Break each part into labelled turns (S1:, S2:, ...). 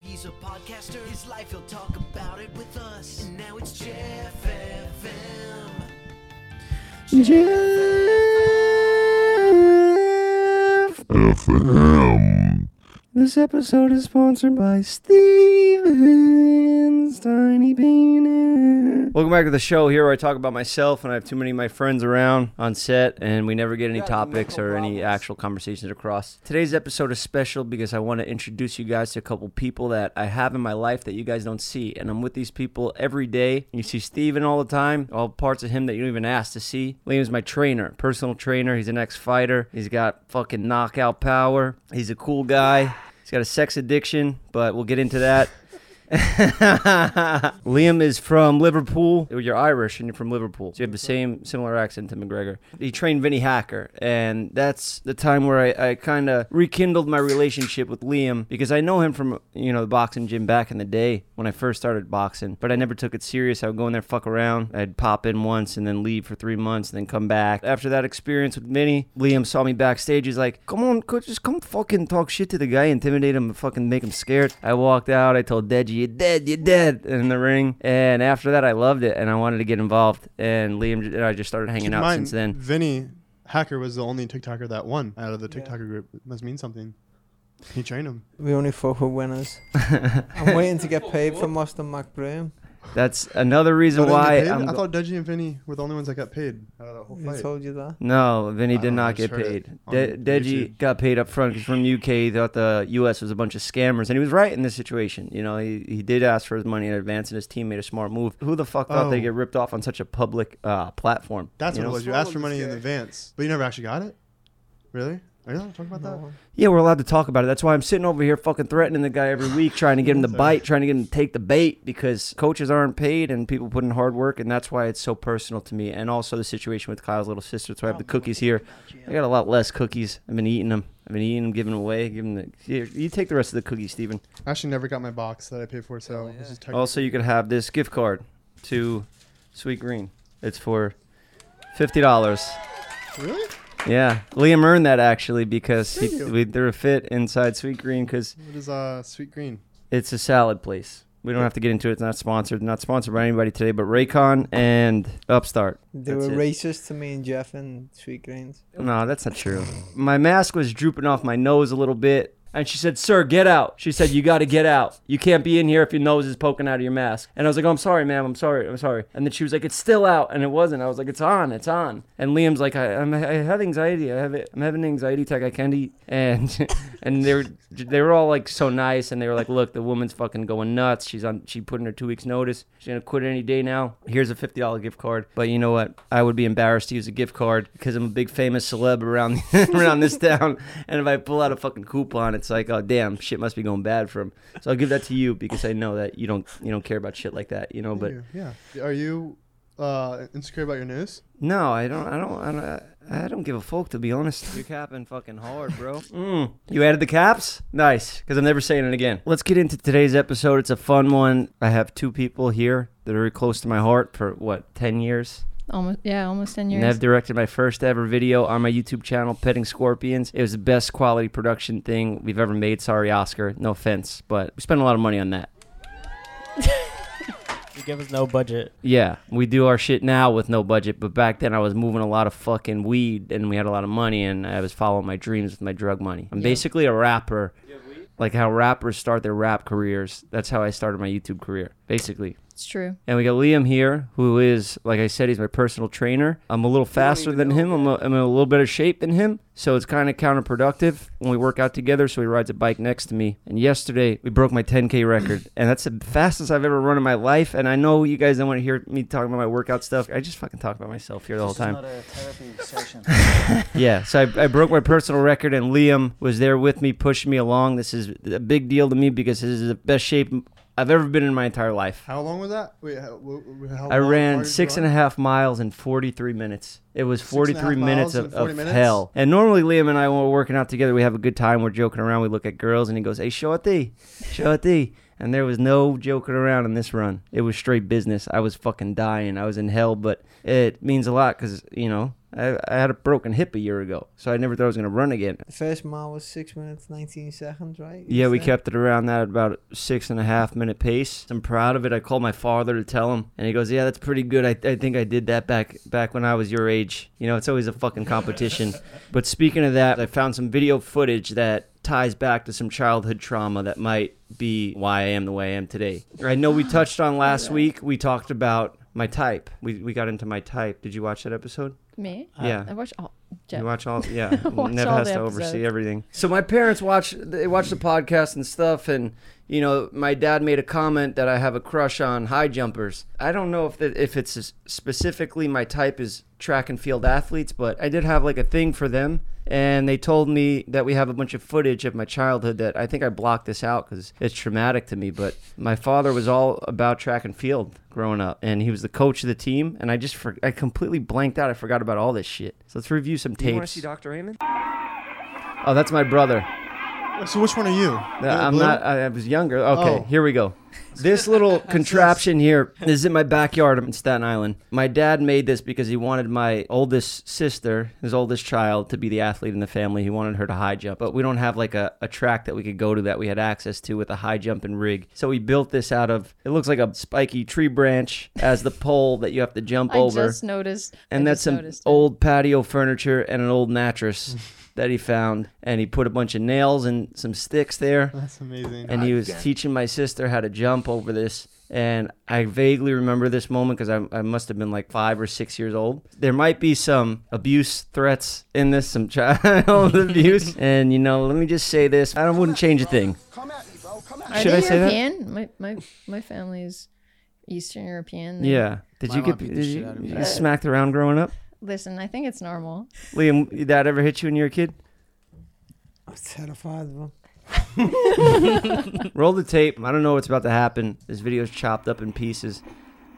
S1: He's a podcaster. His life, he'll talk about it with us. And now it's Jeff FM.
S2: Jeff
S3: FM.
S2: This episode is sponsored by Steven's Tiny Penis. Welcome back to the show here where I talk about myself and I have too many of my friends around on set and we never get any topics or any actual conversations across. Today's episode is special because I want to introduce you guys to a couple people that I have in my life that you guys don't see. And I'm with these people every day. You see Steven all the time, all parts of him that you don't even ask to see. Liam's my trainer, personal trainer. He's an ex fighter. He's got fucking knockout power. He's a cool guy. He's got a sex addiction, but we'll get into that. Liam is from Liverpool. You're Irish and you're from Liverpool. So you have the same similar accent to McGregor. He trained Vinny Hacker, and that's the time where I, I kind of rekindled my relationship with Liam because I know him from you know the boxing gym back in the day when I first started boxing, but I never took it serious. I would go in there, fuck around. I'd pop in once and then leave for three months and then come back. After that experience with Vinny, Liam saw me backstage. He's like, "Come on, coach, just come fucking talk shit to the guy, intimidate him, and fucking make him scared." I walked out. I told Deji, "You're dead, you're dead," in the ring. And after that, I loved it and I wanted to get involved. And Liam j- and I just started hanging
S4: Keep in
S2: out
S4: mind,
S2: since then.
S4: Vinny Hacker was the only TikToker that won out of the TikToker group. It must mean something. He trained him.
S5: We only fuck with winners. I'm waiting to get paid for Moston McBroom.
S2: That's another reason why
S4: I
S2: I'm. go-
S4: thought Deji and Vinny were the only ones that got paid out of the whole
S5: Who
S4: fight.
S5: told you that?
S2: No, Vinny
S4: I
S2: did
S4: don't know, I
S2: not
S4: just
S2: get
S4: heard it
S2: paid. De-
S4: on
S2: Deji
S4: YouTube.
S2: got paid up front 'cause from UK. He thought the US was a bunch of scammers, and he was right in this situation. You know, he, he did ask for his money in advance, and his team made a smart move. Who the fuck thought they
S4: Oh.
S2: get ripped off on such a public uh, platform?
S4: That's
S2: you
S4: what it
S2: know?
S4: was. You asked for money in advance, but you never actually got it. Really? Are you allowed to talk about that?
S5: No.
S2: Yeah, we're allowed to talk about it. That's why I'm sitting over here fucking threatening the guy every week, trying to get him to bite, trying to get him to take the bait because coaches aren't paid and people put in hard work, and that's why it's so personal to me. And also the situation with Kyle's little sister. So I
S4: Oh,
S2: have the cookies here. I got a lot less cookies. I've been eating them. I've been eating them, giving them away, giving the. Here, you take the rest of the cookies, Steven.
S4: I actually never got my box that I paid for, so this is technically
S2: Also, you could have this gift card to Sweet Green. It's for fifty dollars.
S4: really.
S2: Yeah, Liam earned that actually because he,
S4: Did you?
S2: we threw a fit inside Sweet Green because
S4: What is uh sweet green?
S2: It's a salad place. We don't have to get into it. It's not sponsored. Not sponsored by anybody today, but Raycon and Upstart.
S5: They
S2: That's
S5: were
S2: it.
S5: racist to me and Jeff and Sweet Greens.
S2: No, that's not true. My mask was drooping off my nose a little bit. And she said, Sir, get out. She said, You got to get out. You can't be in here if your nose is poking out of your mask. And I was like, oh, I'm sorry, ma'am. I'm sorry. I'm sorry. And then she was like, It's still out. And it wasn't. I was like, It's on. It's on. And Liam's like, I, I'm, I have anxiety. I have it. I'm having an anxiety attack. I can't eat. And and they were they were all like so nice. And they were like, Look, the woman's fucking going nuts. She's on. She put in her two weeks notice. She's gonna quit any day now. Here's a fifty dollar gift card. But you know what? I would be embarrassed to use a gift card because I'm a big famous celeb around around this town. And if I pull out a fucking coupon, it's like, oh damn, shit must be going bad for him. So I'll give that to you because I know that you don't you don't care about shit like that, you know.
S4: Thank
S2: Oh, But
S4: you. yeah, are you uh insecure about your nose?
S2: no, I don't. I don't. I don't. I don't give a fuck to be honest. You're capping fucking hard, bro. Mm. You added the caps? Nice, because I'm never saying it again. Let's get into today's episode. It's a fun one. I have two people here that are close to my heart for what, 10 years?
S6: Almost, yeah, almost ten years.
S2: And I've directed my first ever video on my YouTube channel, Petting Scorpions. It was the best quality production thing we've ever made. Sorry, Oscar. No offense, but we spent a lot of money on that.
S7: You give us no budget.
S2: Yeah, we do our shit now with no budget, but back then I was moving a lot of fucking weed and we had a lot of money and I was following my dreams with my drug money. I'm basically a rapper. Like how rappers start their rap careers. That's how I started my YouTube career, basically.
S6: it's true.
S2: And we got Liam here, who is, like I said, he's my personal trainer. I'm a little faster than him. I'm, a, I'm in a little better shape than him. So it's kind of counterproductive when we work out together. So he rides a bike next to me. And yesterday, we broke my 10K record. and that's the fastest I've ever run in my life. And I know you guys don't want to hear me talking about my workout stuff. I just fucking talk about myself here the whole time. yeah, so I, I broke my personal record, and Liam was there with me, pushing me along. This is a big deal to me because this is the best shape I've ever been in my entire life.
S4: How long was that? Wait, how, wh- wh- how
S2: I
S4: long- how
S2: ran
S4: did you
S2: six
S4: run?
S2: and a half miles in 43 minutes. It was
S4: Six and a
S2: 43
S4: half
S2: minutes
S4: miles
S2: of,
S4: in 40
S2: of
S4: minutes?
S2: hell. And normally Liam and I, when we're working out together, we have a good time. We're joking around. We look at girls, and he goes, "Hey, shorty, shorty." And there was no joking around in this run. It was straight business. I was fucking dying. I was in hell, but it means a lot because, you know, I, I had a broken hip a year ago, so I never thought I was going to run again.
S5: The first mile was six minutes, 19 seconds, right?
S2: Yeah,
S5: You
S2: we
S5: said?
S2: kept it around that about six and a half minute pace. I'm proud of it. I called my father to tell him, and he goes, "Yeah, that's pretty good. I, I think I did that back back when I was your age. You know, it's always a fucking competition." but speaking of that, I found some video footage that ties back to some childhood trauma that might be why I am the way I am today. I know we touched on last week. We talked about my type. We we got into my type. Did you watch that episode?
S6: Me?
S2: Yeah.
S6: I watch all.
S2: You
S6: Jeff.
S2: watch all, yeah.
S6: Watch
S2: Never
S6: all
S2: has
S6: the
S2: to oversee
S6: episodes.
S2: everything. So my parents watch they watch the podcast and stuff, and you know, my dad made a comment that I have a crush on high jumpers. I don't know if that if it's specifically my type is track and field athletes, but I did have like a thing for them. And they told me that we have a bunch of footage of my childhood that I think I blocked this out because it's traumatic to me. But my father was all about track and field growing up, and he was the coach of the team. And I just for, I completely blanked out. I forgot about all this shit. So let's review some tapes.
S7: Dr. Heyman?
S2: Oh, that's my brother.
S4: So which one are you?
S2: No, I'm
S4: Blue?
S2: not. I I was younger. Okay,
S4: Oh.
S2: here we go. This little contraption here this is in my backyard in Staten Island. My dad made this because he wanted my oldest sister, his oldest child, to be the athlete in the family. He wanted her to high jump, but we don't have like a, a track that we could go to that we had access to with a high jump and rig. So we built this out of. It looks like a spiky tree branch as the pole that you have to jump
S6: I
S2: over
S6: just noticed.
S2: and
S6: I
S2: that's
S6: just
S2: some
S6: noticed it.
S2: old patio furniture and an old mattress that he found and he put a bunch of nails and some sticks there
S4: That's amazing.
S2: and he was teaching my sister how to jump over this and i vaguely remember this moment because I, I must have been like five or six years old there might be some abuse threats in this some child abuse and you know let me just say this i don't- wouldn't change a thing
S6: Are
S2: should
S6: they
S2: I say that?
S6: European? My my my family is Eastern European. They-
S2: yeah did
S4: My
S2: you
S4: mom
S2: get
S4: beat the
S2: did
S4: shit
S2: you,
S4: out of
S2: you
S4: me.
S2: get smacked around growing up
S6: Listen, I think it's normal.
S2: liam that ever hit you when you were a kid
S5: I was terrified, bro.
S2: Roll the tape. I don't know what's about to happen. This video's chopped up in pieces.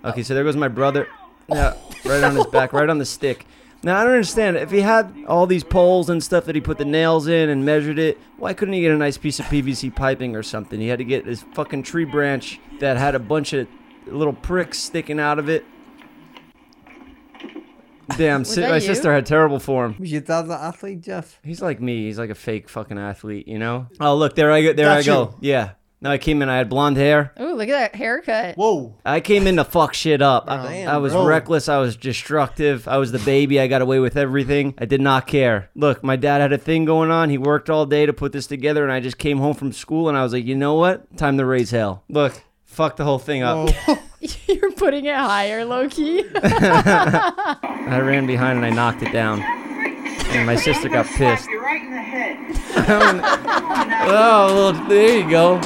S2: Okay, so there goes my brother. Yeah, right on his back, right on the stick. Now I don't understand. If he had all these poles and stuff that he put the nails in and measured it, why couldn't he get a nice piece of PVC piping or something? He had to get this fucking tree branch that had a bunch of little pricks sticking out of it. Damn, si-
S6: that
S2: my
S6: you?
S2: sister had terrible form.
S5: Was your dad an athlete, Jeff?
S2: He's like me. He's like a fake fucking athlete, you know. Oh look, there I go. There
S4: That's
S2: I go. Yeah. Now I came in. I had blonde hair.
S6: Ooh, look at that haircut.
S4: Whoa.
S2: I came in to fuck shit up. I,
S5: Damn,
S2: I was
S4: bro.
S2: reckless. I was destructive. I was the baby. I got away with everything. I did not care. Look, my dad had a thing going on. He worked all day to put this together, and I just came home from school and I was like, you know what? Time to raise hell. Look, fuck the whole thing up.
S6: You're putting it higher, Loki.
S2: I ran behind and I knocked it down. And my sister got pissed.
S8: You're right in the head.
S2: Oh, well, there you go.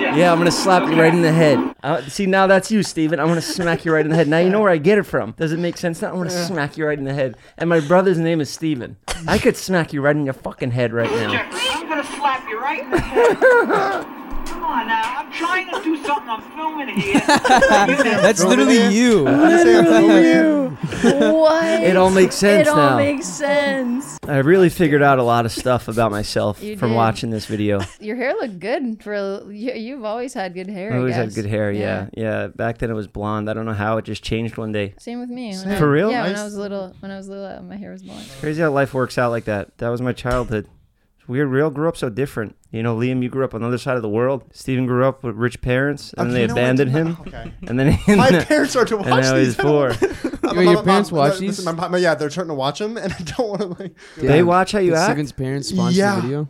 S2: Yeah, I'm gonna slap you right in the head. Uh, see, now that's you, Steven. I'm gonna smack you right in the head. Now you know where I get it from. Does it make sense? Now I'm gonna smack you right in the head. And my brother's name is Steven. I could smack you right in your fucking head right now.
S8: Jeffrey, I'm gonna slap you right in the head. Come on now, I'm trying to do something. I'm filming here.
S5: That's literally you.
S6: what?
S2: It all makes sense
S6: It all
S2: now.
S6: makes sense.
S2: I really figured out a lot of stuff about myself
S6: You
S2: from
S6: did.
S2: watching this video.
S6: Your hair looked good for a- you. You've always had good hair.
S2: I always had
S6: guess.
S2: good hair. Yeah. yeah, Back then it was blonde. I don't know how it just changed one day.
S6: Same with me. When I-
S2: For real?
S6: Yeah, when
S4: Nice.
S6: I was little, when I was little, uh, my hair was blonde.
S2: Crazy how life works out like that. That was my childhood. It's weird. We all grew up so different. You know, Liam, you grew up on the other side of the world. Steven grew up with rich parents, and
S4: Okay,
S2: they
S4: Oh, you know what?
S2: abandoned him.
S4: Okay.
S2: And then
S4: My
S2: and
S4: parents are to watch
S2: now
S4: these.
S2: he's poor.
S4: Wait,
S7: your parents watch these?
S4: My, mom- yeah, they're trying to watch them, and I don't want to like.
S2: They watch how you
S7: Did
S2: act.
S7: Steven's parents sponsor
S4: Yeah.
S7: the video?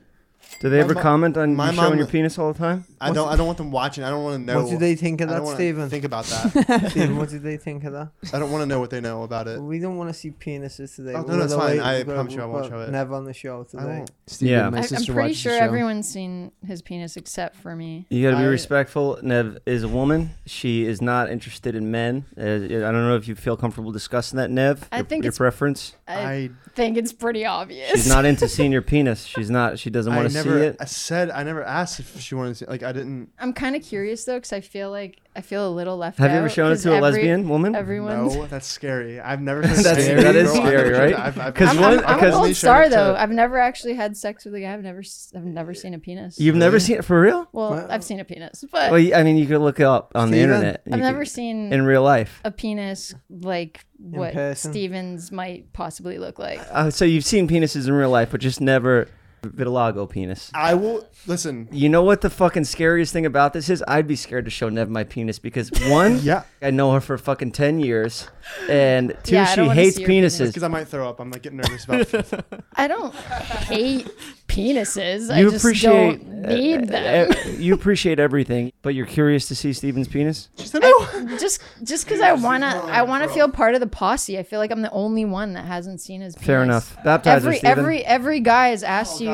S2: Do they
S4: My
S2: ever
S4: mo-
S2: comment on
S4: my
S2: you showing
S4: mom-
S2: your penis all the time?
S4: I don't. I don't want them watching. I don't want to know.
S5: What did they think of
S4: I don't
S5: that,
S4: wanna
S5: Stephen?
S4: Think about that.
S5: Stephen, what did they think of that?
S4: I don't want to know what they know about it.
S5: We don't want to see penises today.
S4: Uh, Oh, no,
S5: We'll
S4: that's
S5: go
S4: fine.
S5: away-
S4: I
S5: we'll go-
S4: promise you I won't
S5: we'll
S4: show it.
S5: Never on the show today.
S4: won't.
S7: Steven,
S2: Yeah.
S7: my
S6: I, I'm
S7: sister
S6: pretty
S7: watches the
S6: sure
S7: show.
S6: everyone's seen his penis except for me.
S2: You gotta be
S4: I-
S2: respectful. Nev is a woman. She is not interested in men. Uh, I don't know if you feel comfortable discussing that, Nev.
S6: I
S2: your,
S6: think
S2: your
S6: it's-
S2: preference.
S6: I
S4: I
S6: think it's pretty obvious.
S2: She's not into seeing your penis. She's not. She doesn't
S4: I
S2: want to
S4: never never
S2: see it?
S4: said I never asked if she wanted to. See, like I didn't.
S6: I'm kind of curious though, because I feel like I feel a little left
S2: Have you ever
S6: out,
S2: shown it
S6: 'cause
S2: to a
S6: every-
S2: lesbian woman?
S6: Everyone's.
S4: No, that's scary. I've never.
S2: That's-
S4: said it.
S2: that is
S4: No, I've never
S2: scary,
S4: said
S2: right?
S4: that. I've- I've-
S2: 'Cause
S6: I'm,
S2: one-
S6: I'm, I'm
S2: because-
S6: an
S4: Only
S6: old
S4: showed it
S6: star
S4: to-
S6: though. I've never actually had sex with a guy. I've never, s- I've never seen a penis.
S2: You've never seen it for real?
S6: well, I've seen a penis, but
S2: Well, I mean, you could look it up on the
S5: Steven?
S2: internet. You
S6: Uh, I've
S2: could-
S6: never seen
S2: in real life.
S6: a penis like what
S5: person.
S6: Stevens might possibly look like.
S2: Uh, so you've seen penises in real life, but just never vitiligo penis.
S4: I will listen.
S2: You know what the fucking scariest thing about this is? I'd be scared to show Nev my penis because one,
S4: Yeah.
S2: I know her for fucking ten years, and two,
S6: Yeah, I
S2: she
S6: don't wanna
S2: hates
S6: see your penis.
S2: penises.
S4: Because I might throw up. I'm like getting nervous about.
S6: I don't hate penises. I
S2: You
S6: just
S2: appreciate
S6: don't need them.
S2: uh, you appreciate everything, but you're curious to see Steven's penis.
S4: She said no.
S6: just just because I wanna I wanna feel part of the posse. I feel like I'm the only one that hasn't seen his penis.
S2: Fair enough. Baptize her,
S6: Every
S2: Steven.
S6: every every guy has
S5: Oh,
S6: asked you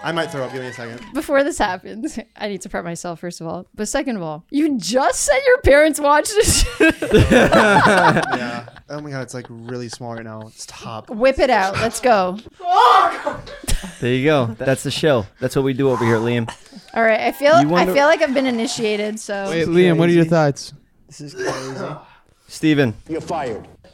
S4: I might throw up. Give me a second.
S6: before this happens. I need to prep myself first of all, but second of all, you just said your parents watched this.
S4: Yeah. Oh my god, it's like really small right now. It's top.
S6: Whip it out. Let's go.
S2: There you go. That's the show. That's what we do over here, Liam.
S6: All right. I feel
S2: You wanna-
S6: I feel like I've been initiated. So
S5: Liam, what are your
S4: thoughts?
S5: This is crazy.
S2: Steven,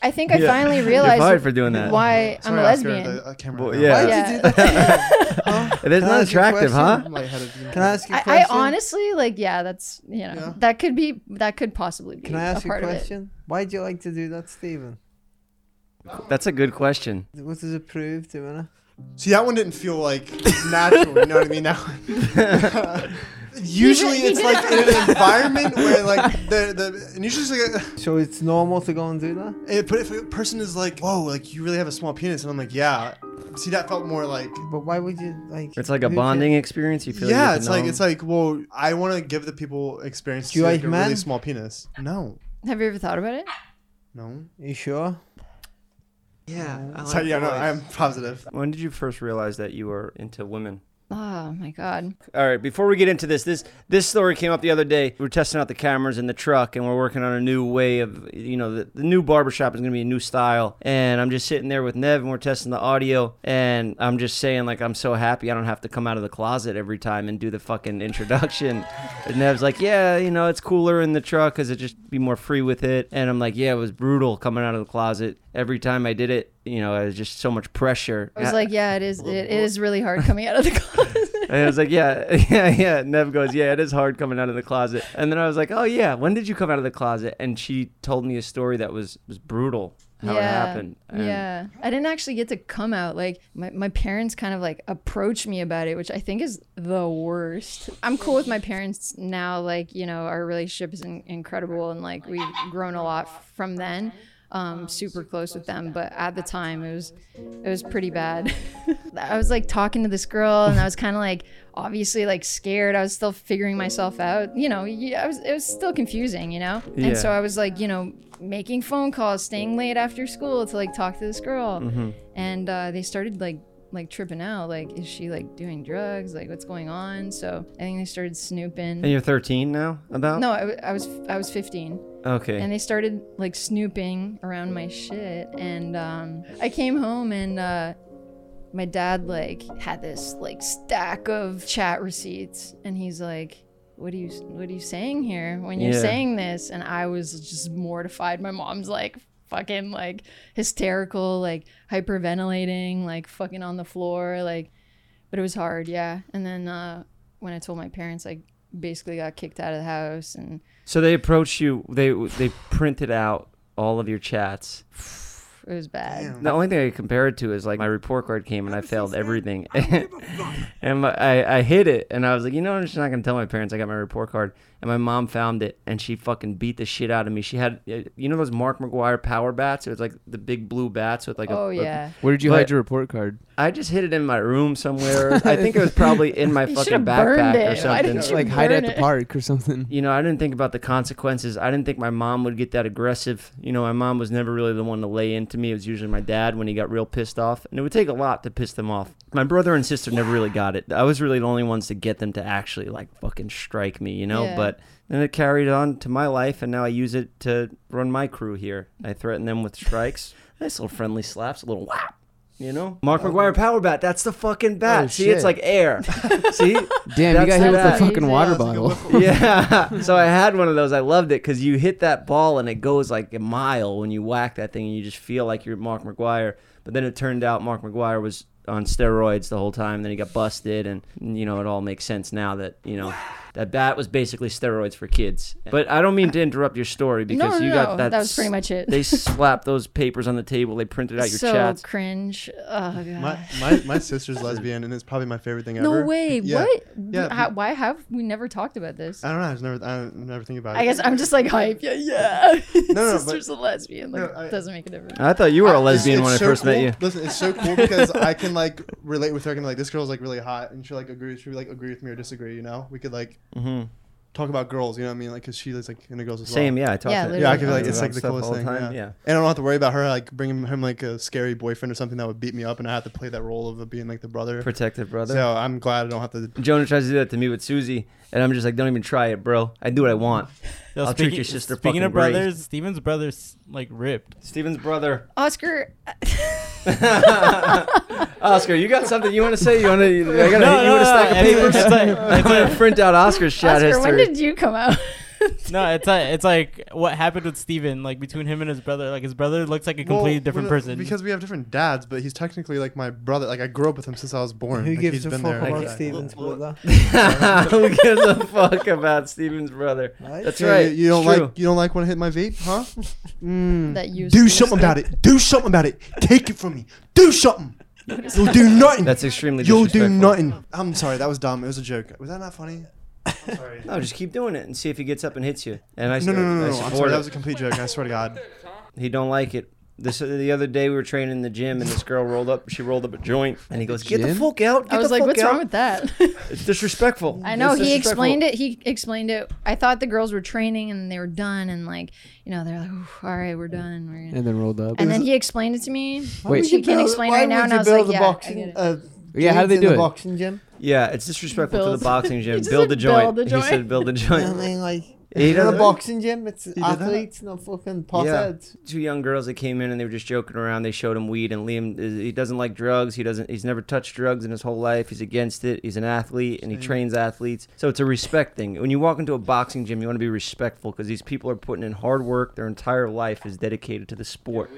S6: I think I finally
S2: you're fired
S6: realized
S2: for doing that.
S6: why I'm a lesbian.
S4: The, uh, camera
S2: Well,
S4: now.
S2: yeah.
S5: Why'd you do that?
S2: It is
S5: Can I
S2: not
S5: ask you a
S2: attractive, huh?
S5: question?
S4: I'm lightheaded.
S5: Can I ask you a
S6: I, I
S5: question?
S6: honestly like yeah. That's you know
S5: Yeah.
S6: that could be that could possibly be
S5: Can I ask
S6: a
S5: you a
S6: part of it.
S5: question? Why'd you like to do that, Stephen?
S2: That's a good question.
S5: What does it prove to you?
S4: See, that one didn't feel like natural. you know what I mean? That one. usually
S6: He did-
S4: it's
S6: he
S4: like in an environment where like the the and usually it's like
S5: So it's normal to go and do that?
S4: a, it, but if a person is like whoa like you really have a small penis and I'm like yeah see that felt more like
S5: But why would you like?
S2: It's like a
S5: who
S2: bonding
S5: cares?
S2: experience. You feel you get
S4: yeah
S2: to
S4: it's
S2: know
S4: like
S2: them.
S4: it's like well I want to give the people experience
S5: Do you
S4: to
S5: like
S4: like a really
S5: men?
S4: small penis no
S6: Have you ever thought about it?
S4: no
S5: You sure?
S4: yeah so yeah no I'm positive
S2: When did you first realize that you were into women?
S6: Oh my god.
S2: All right, before we get into this, this this story came up the other day. We are testing out the cameras in the truck, and we're working on a new way of, you know, the, the new barbershop is going to be a new style. And I'm just sitting there with Nev, and we're testing the audio, and I'm just saying like I'm so happy I don't have to come out of the closet every time and do the fucking introduction. and Nev's like, yeah, you know, it's cooler in the truck because it just be more free with it. And I'm like, yeah, it was brutal coming out of the closet every time I did it. You know, it was just so much pressure.
S6: I was like, yeah, it is. It, it is really hard coming out of the closet.
S2: And I was like, yeah, yeah, yeah. Nev goes, yeah, it is hard coming out of the closet. And then I was like, oh yeah, when did you come out of the closet? And she told me a story that was was brutal how
S6: yeah,
S2: it happened. And
S6: yeah. I didn't actually get to come out. Like my, my parents kind of like approached me about it, which I think is the worst. I'm cool with my parents now. Like you know, our relationship is in- incredible, and like we've grown a lot from then. Um, super close with them, but at the time it was it was pretty bad. I was like talking to this girl, and I was kind of like obviously like scared. I was still figuring myself out. You know, yeah, I was it was still confusing. You know,
S2: Yeah.
S6: and so I was like, you know, making phone calls, staying late after school to like talk to this girl, and uh, they started like like tripping out. Like, is she like doing drugs? Like, what's going on? So I think they started snooping.
S2: And you're 13 now, about?
S6: no, I, w- I was I was 15
S2: Okay.
S6: and they started like snooping around my shit and um, i came home and uh, my dad like had this like stack of chat receipts and he's like what are you what are you saying here when you're
S2: Yeah.
S6: saying this and i was just mortified my mom's like fucking like hysterical like hyperventilating like fucking on the floor like but it was hard yeah and then uh when i told my parents like basically got kicked out of the house and
S2: so they approached you. They they printed out all of your chats.
S6: it was bad
S2: The only thing I compare it to is like my report card came and I failed everything, and my, I I hid it and I was like, you know, I'm just not gonna tell my parents I got my report card. And my mom found it and she fucking beat the shit out of me. She had, uh, you know, those Mark McGuire power bats. It was like the big blue bats with like a.
S6: Oh
S2: a-
S6: yeah.
S7: Where did you
S2: But-
S7: hide your report card?
S2: I just hid it in my room somewhere. I think it was probably in my
S6: You
S2: fucking
S6: should've burned
S2: backpack or
S6: it. Why
S2: something.
S6: didn't you
S7: Like hide it
S6: burn
S7: at
S6: it.
S7: the park or something.
S2: You know, I didn't think about the consequences. I didn't think my mom would get that aggressive. You know, my mom was never really the one to lay into me. It was usually my dad when he got real pissed off. And it would take a lot to piss them off. My brother and sister never really got it. I was really the only ones to get them to actually like fucking strike me, you know?
S6: Yeah.
S2: But then it carried on to my life and now I use it to run my crew here. I threaten them with strikes. Nice little friendly slaps, a little whap. You know, Mark McGuire power bat. That's the fucking bat.
S7: Oh,
S2: See,
S7: shit.
S2: it's like air. See,
S7: Damn,
S2: That's
S7: you got hit with
S6: bad.
S7: a fucking water
S6: That's a
S7: bottle.
S2: yeah. So I had one of those. I loved it because you hit that ball and it goes like a mile when you whack that thing, and you just feel like you're Mark McGuire. But then it turned out Mark McGuire was on steroids the whole time. Then he got busted, and you know it all makes sense now that you know that bat was basically steroids for kids. But I don't mean to interrupt your story because
S6: no,
S2: you
S6: no,
S2: got that.
S6: that was pretty much it.
S2: They slapped those papers on the table. They printed out your
S6: so
S2: chats.
S6: cringe. Oh god.
S4: My, my, my sister's lesbian, and it's probably my favorite thing ever.
S6: no way.
S4: Yeah.
S6: What?
S4: Yeah.
S6: How, why have we never talked about this?
S4: I don't know. I was never, I never think about it.
S6: I guess I'm just like hype. Yeah, yeah. His
S4: no, but-
S6: sister's a lesbian. Like,
S4: No, I-
S6: it doesn't make a difference.
S2: I thought you
S6: Uh,
S2: were a
S4: It's-
S2: lesbian
S4: it's
S2: when I
S4: so
S2: first
S4: cool.
S2: met you.
S4: Listen, it's so cool because I can like relate with her. I can be like, this girl's like really hot, and she like agree. She like agree with me or disagree. You know, we could like talk about girls. You know what I mean? Like, cause she is like into girls as well.
S2: Mm-hmm. Same, yeah. I talked
S6: Yeah,
S2: to
S4: Yeah, I could
S6: can
S4: be like,
S2: about
S4: it's like the
S2: stuff
S4: coolest
S2: all
S4: thing.
S2: time,
S4: yeah.
S2: yeah.
S4: and I don't have to worry about her like bringing him like a scary boyfriend or something that would beat me up, and I have to play that role of being like the brother.
S2: Protective brother.
S4: So I'm glad I don't have to.
S2: Jonah tries to do that to me with Susie, and I'm just like, don't even try it, bro. I do what I want.
S9: Yo,
S2: I'll treat your sister
S9: Speaking of
S2: fucking great.
S9: brothers, Steven's brother's like ripped.
S2: Steven's brother.
S6: Oscar.
S2: Oscar, you got something you want to say? You want to? I got
S9: No,
S2: you
S9: no,
S2: want a
S9: no,
S2: stack of
S9: it's-
S2: papers?
S9: it's like-
S2: I'm gonna print out Oscar's shot
S6: Oscar,
S2: history.
S6: when did you come out?
S9: No, it's like
S6: uh,
S9: it's like what happened with Steven, like between him and his brother. Like his brother looks like a completely
S4: Well,
S9: different
S4: well,
S9: person.
S4: because we have different dads, but he's technically like my brother. Like I grew up with him since I was born.
S5: Who
S4: Like,
S5: gives
S4: he's
S5: a
S4: been
S5: fuck
S4: there.
S5: about
S4: Yeah.
S5: Steven's brother?
S2: Who gives a fuck about Steven's brother?
S5: Right?
S2: That's
S4: Yeah,
S2: right.
S4: You, you don't
S2: It's
S4: like
S2: true.
S4: you don't like when I hit my vape, huh?
S5: Mm.
S6: that you
S4: Do something about it. Do something about it. Take it from me. Do something. You'll do nothing.
S2: That's extremely.
S4: You'll do
S2: disrespectful.
S4: nothing. I'm sorry, that was dumb. It was a joke. Was that not funny?
S2: No, just keep doing it and see if he gets up and hits you. And I
S4: No, no, no,
S2: I
S4: no, no.
S2: support
S4: I'm sorry,
S2: it.
S4: that was a complete joke. I swear to God.
S2: He don't like it. This the other day we were training in the gym and this girl rolled up. She rolled up a joint and he goes, "Get the
S7: Gym?
S2: fuck out!" Get
S6: I was
S2: the
S6: like,
S2: fuck
S6: what's
S2: out.
S6: wrong with that?
S2: It's disrespectful.
S6: I know he explained it. He explained it. I thought the girls were training and they were done, and like, you know, they're like, "Oof, all right, we're done. We're gonna.
S7: and then rolled up.
S6: And then he explained it to me.
S7: Wait.
S6: she can't explain right now, and I was like, yeah, I get it.
S7: Yeah, how do they do it?
S5: boxing gym.
S2: Yeah, it's disrespectful to
S6: Build-
S2: the boxing
S6: He
S2: gym.
S6: just
S2: Build a
S6: said
S2: joint.
S6: build a
S2: He said
S6: joint.
S2: build a
S5: I
S2: joint.
S5: mean, like,
S2: He
S5: it's not
S2: doesn't-
S5: a boxing gym. It's
S4: that?
S5: athletes, not fucking
S2: Yeah.
S5: potheads.
S2: Two young girls that came in and they were just joking around. They showed him weed, and Liam is, he doesn't like drugs. He doesn't. He's never touched drugs in his whole life. He's against it. He's an athlete and he trains athletes, so it's a respect thing. When you walk into a boxing gym, you want to be respectful because these people are putting in hard work. Their entire life is dedicated to the sport.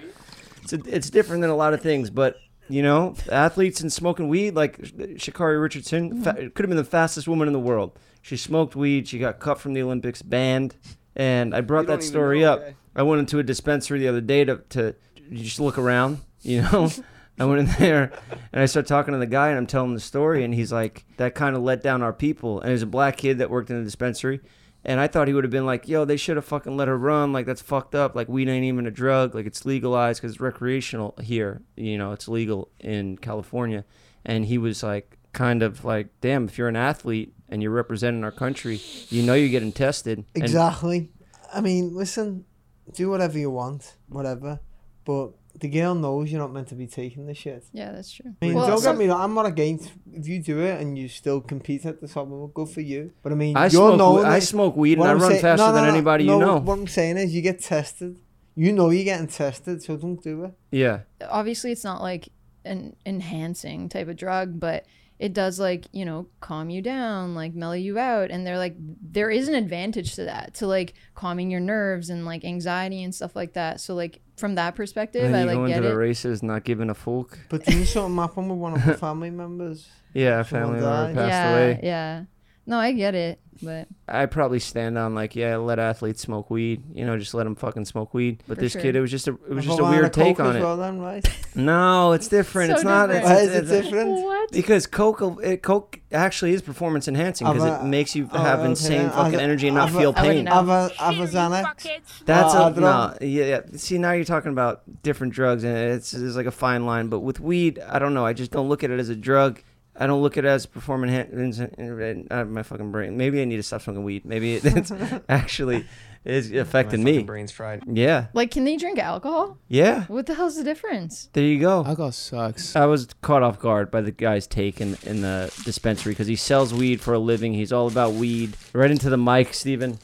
S2: It's a, it's different than a lot of things, but. You know, athletes and smoking weed, like Shakari Richardson, fa- could have been the fastest woman in the world. She smoked weed. She got cut from the Olympics, banned. And I brought that story up. I went into a dispensary the other day to, to you just look around, you know? I went in there and I started talking to the guy and I'm telling him the story. And he's like, that kind of let down our people. And there's a black kid that worked in the dispensary. And I thought he would have been like, yo, they should have fucking let her run. Like, that's fucked up. Like, weed ain't even a drug. Like, it's legalized because it's recreational here. You know, it's legal in California. And he was like, kind of like, damn, if you're an athlete and you're representing our country, you know you're getting tested. And-
S5: Exactly. I mean, listen, do whatever you want, whatever. But the girl knows you're not meant to be taking this shit.
S6: Yeah, that's true.
S5: I mean,
S6: Well,
S5: don't
S6: some-
S5: get me wrong. I'm not against if you do it and you still compete at the top level. Good for you. But I mean,
S2: I
S5: you're
S2: smoke,
S5: knowing
S2: I
S5: that-
S2: smoke weed and
S5: what
S2: I
S5: I'm
S2: run
S5: saying-
S2: faster
S5: no, no,
S2: than
S5: no,
S2: anybody
S5: no,
S2: you know.
S5: What I'm saying is, you get tested. You know you're getting tested, so don't do it.
S2: yeah.
S6: obviously it's not like an enhancing type of drug, but it does like, you know, calm you down, like mellow you out. And they're like, there is an advantage to that, to like calming your nerves and like anxiety and stuff like that. So, like, from that perspective,
S2: And
S6: I
S2: you go
S6: like
S2: into
S6: get
S2: the
S6: it.
S2: races not giving a fuck.
S5: But didn't something happen with one of the family members?
S2: Yeah, a
S5: Someone
S2: family member
S5: died.
S2: passed
S6: yeah.
S2: away.
S6: Yeah. No, I get it. But
S2: I probably stand on like, yeah, let athletes smoke weed. You know, just let them fucking smoke weed. But
S6: For
S2: this
S6: sure.
S2: kid, it was just a, it was just a
S5: Havana
S2: weird take
S5: Coke
S2: on
S5: as
S2: it.
S5: Well, then, right?
S2: No, it's different.
S6: So
S2: it's not.
S6: different.
S5: Why
S2: It's,
S5: is it
S2: it's-
S5: different?
S6: what?
S2: Because coke, it, coke actually is performance enhancing because it
S5: Havana-
S2: makes you
S5: oh,
S2: have
S5: okay,
S2: insane
S5: then.
S2: fucking
S5: Hava-
S2: energy and not
S5: Hava-
S2: feel
S6: I wouldn't
S2: pain.
S6: know.
S5: Have a have a Xanax.
S2: That's
S5: Uh,
S2: a,
S5: other
S2: no,
S5: one?
S2: yeah, yeah. See, now you're talking about different drugs, and it's there's like a fine line. But with weed, I don't know. I just don't look at it as a drug. I don't look at it as performing. Han- uh, my fucking brain. Maybe I need to stop smoking weed. Maybe it, it's actually is affecting me.
S10: brain's fried.
S2: Yeah,
S6: Like, can they drink alcohol?
S2: yeah.
S6: What the hell's the difference?
S2: There you go.
S7: Alcohol sucks.
S6: Uh,
S2: I was caught off guard by the guy's take in, in the dispensary because he sells weed for a living. He's all about weed. Right into the mic, Steven.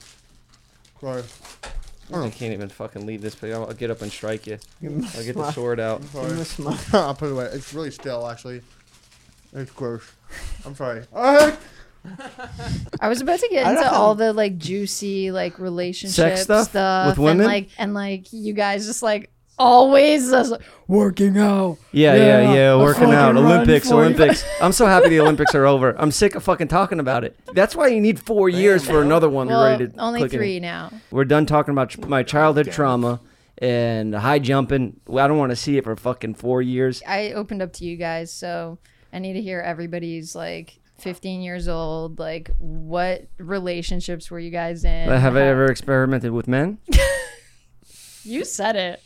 S4: Sorry.
S2: I can't even fucking leave this place. I'll, I'll get up and strike you. I'll get the sword out.
S5: Give him a smack.
S4: I'll put it away. It's really still, actually. It's gross. I'm sorry. Ah!
S6: I was about to get
S5: I
S6: into
S5: don't-
S6: all the like juicy like relationship
S2: stuff with women?
S6: and like and like you guys just like always just, like, working out.
S2: Yeah, yeah, yeah.
S6: a
S2: working
S6: fucking
S2: out.
S6: run
S2: Olympics,
S6: for you.
S2: Olympics. I'm so happy the Olympics are over. I'm sick of fucking talking about it. That's why you need four years for another one to
S6: Well,
S2: ready to
S6: only
S2: click in.
S6: three now.
S2: We're done talking about tr- my childhood trauma and high jumping. I don't want to see it for fucking four years.
S6: I opened up to you guys, so I need to hear everybody's like 15 years old. Like, what relationships were you guys in?
S2: Have I
S6: How-
S2: ever experimented with men?
S6: You said it.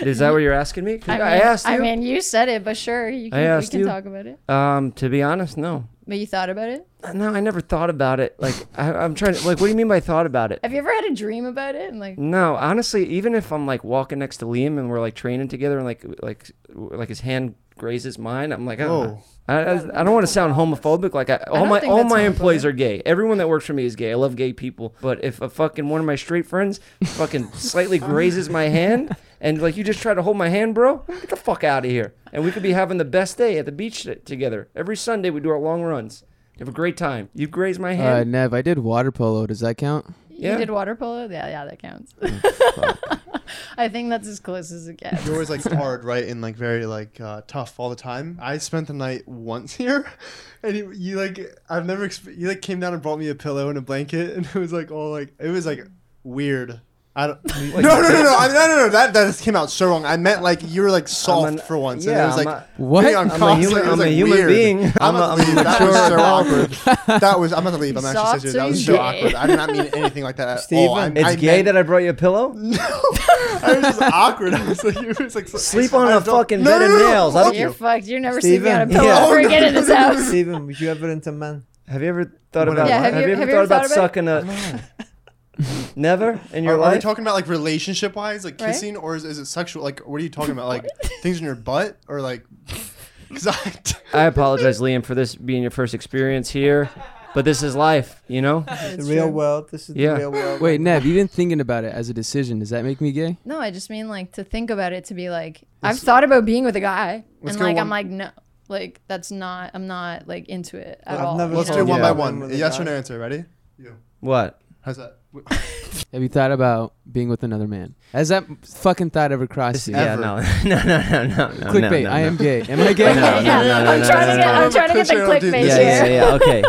S2: Is that what you're asking me? 'Cause I,
S6: mean,
S2: asked you.
S6: I mean, you said it, but sure, you can, we
S2: asked
S6: can
S2: you.
S6: talk about it.
S2: um, to be honest, no.
S6: But you thought about it.
S2: No, I never thought about it. Like, I, I'm trying to, like, what do you mean by thought about it?
S6: Have you ever had a dream about it? And like,
S2: No, honestly, even if I'm like walking next to Liam and we're like training together and like like like his hand grazes mine, I'm like, oh.
S4: Whoa.
S2: I, I, I don't want to sound homophobic. Like I, all
S6: don't
S2: my
S6: think
S2: all
S6: that's
S2: my employees
S6: homophobic.
S2: are gay. Everyone that works for me is gay. I love gay people. But if a fucking one of my straight friends fucking slightly grazes my hand and like you just try to hold my hand, bro, get the fuck out of here. And we could be having the best day at the beach t- together. Every Sunday we do our long runs. Have a great time. You graze my
S7: Uh,
S2: hand.
S7: Nev, I did water polo. Does that count?
S2: Yeah. Oh,
S6: you did water polo. Yeah, yeah, that counts. I think that's as close as it gets.
S4: You're always like hard, right, and like very like uh, tough all the time. I spent the night once here, and you, you like I've never exp- you like came down and brought me a pillow and a blanket, and it was like all like it was like weird. I don't. no, no, no, no, I, no, no, no. That that just came out so wrong. I meant like you were like soft
S2: an-
S4: for once,
S2: yeah,
S4: and it was
S2: I'm
S4: like
S2: a-
S7: What?
S4: being
S7: I'm
S2: a
S4: uncomfortable,
S2: human-
S4: it was,
S2: I'm a
S4: like,
S2: human
S4: weird.
S2: being.
S4: I'm,
S2: I'm a-
S4: a,
S2: I'm a
S4: that was so awkward. That was. I'm about to leave. I'm
S6: He's
S4: actually
S6: soft,
S4: serious.
S6: so
S4: That was
S6: he's
S4: so
S6: gay.
S4: awkward. I did not mean anything like that at all.
S5: Steven,
S4: I,
S2: It's
S4: I
S2: gay
S4: meant-
S2: that I brought you a pillow.
S4: no, I was just awkward. I was like, you were just like
S2: Sleep on
S4: I
S2: a
S4: don't-
S2: fucking
S4: No,
S2: bed
S4: no,
S2: of
S4: no, no,
S2: nails. I
S4: fuck
S2: don't-
S6: You're
S4: you.
S6: fucked. You're never sleeping on a
S5: Steven.
S6: pillow
S2: Yeah.
S6: ever again in this house.
S5: Stephen, was you ever into men?
S2: Have you ever thought
S4: What
S2: about?
S4: am I?
S2: have, you, ever thought about, sucking a? Never in your
S4: are, are we
S2: life.
S4: talking about like relationship wise, like
S6: Right?
S4: kissing, or is, is it sexual? Like, what are you talking about? Like things in your butt, or like? Because I,
S2: I apologize, Liam, for this being your first experience here, but this is life, you know.
S5: the real world. This is
S2: Yeah.
S5: the real world.
S7: Wait, Nev, you've been thinking about it as a decision. Does that make me gay?
S6: No, I just mean like to think about it to be like I've thought about being with a guy
S4: Let's
S6: and
S4: go
S6: like
S4: one-
S6: I'm like no, like that's not I'm not like into it at
S5: I've
S6: all.
S5: never
S6: you
S4: let's
S6: know?
S4: do one
S2: Yeah.
S4: by
S5: With
S4: one.
S5: a
S4: Yes or
S5: guy.
S4: no answer. Ready? You.
S2: What?
S4: How's that?
S7: Have you thought about being with another man? Has that fucking thought ever crossed you?
S2: Yeah,
S4: Ever.
S2: no, no, no, no, no, no.
S7: Clickbait.
S2: no, no,
S7: I
S2: no.
S7: am gay. Am I
S2: No,
S7: gay?
S2: no, no, no, no,
S6: I'm
S2: no,
S6: trying to
S2: no,
S6: get
S2: no.
S6: I'm trying to get the
S4: Picture of
S6: clickbait
S4: this.
S2: Yeah,
S6: here.
S2: yeah, yeah. Okay,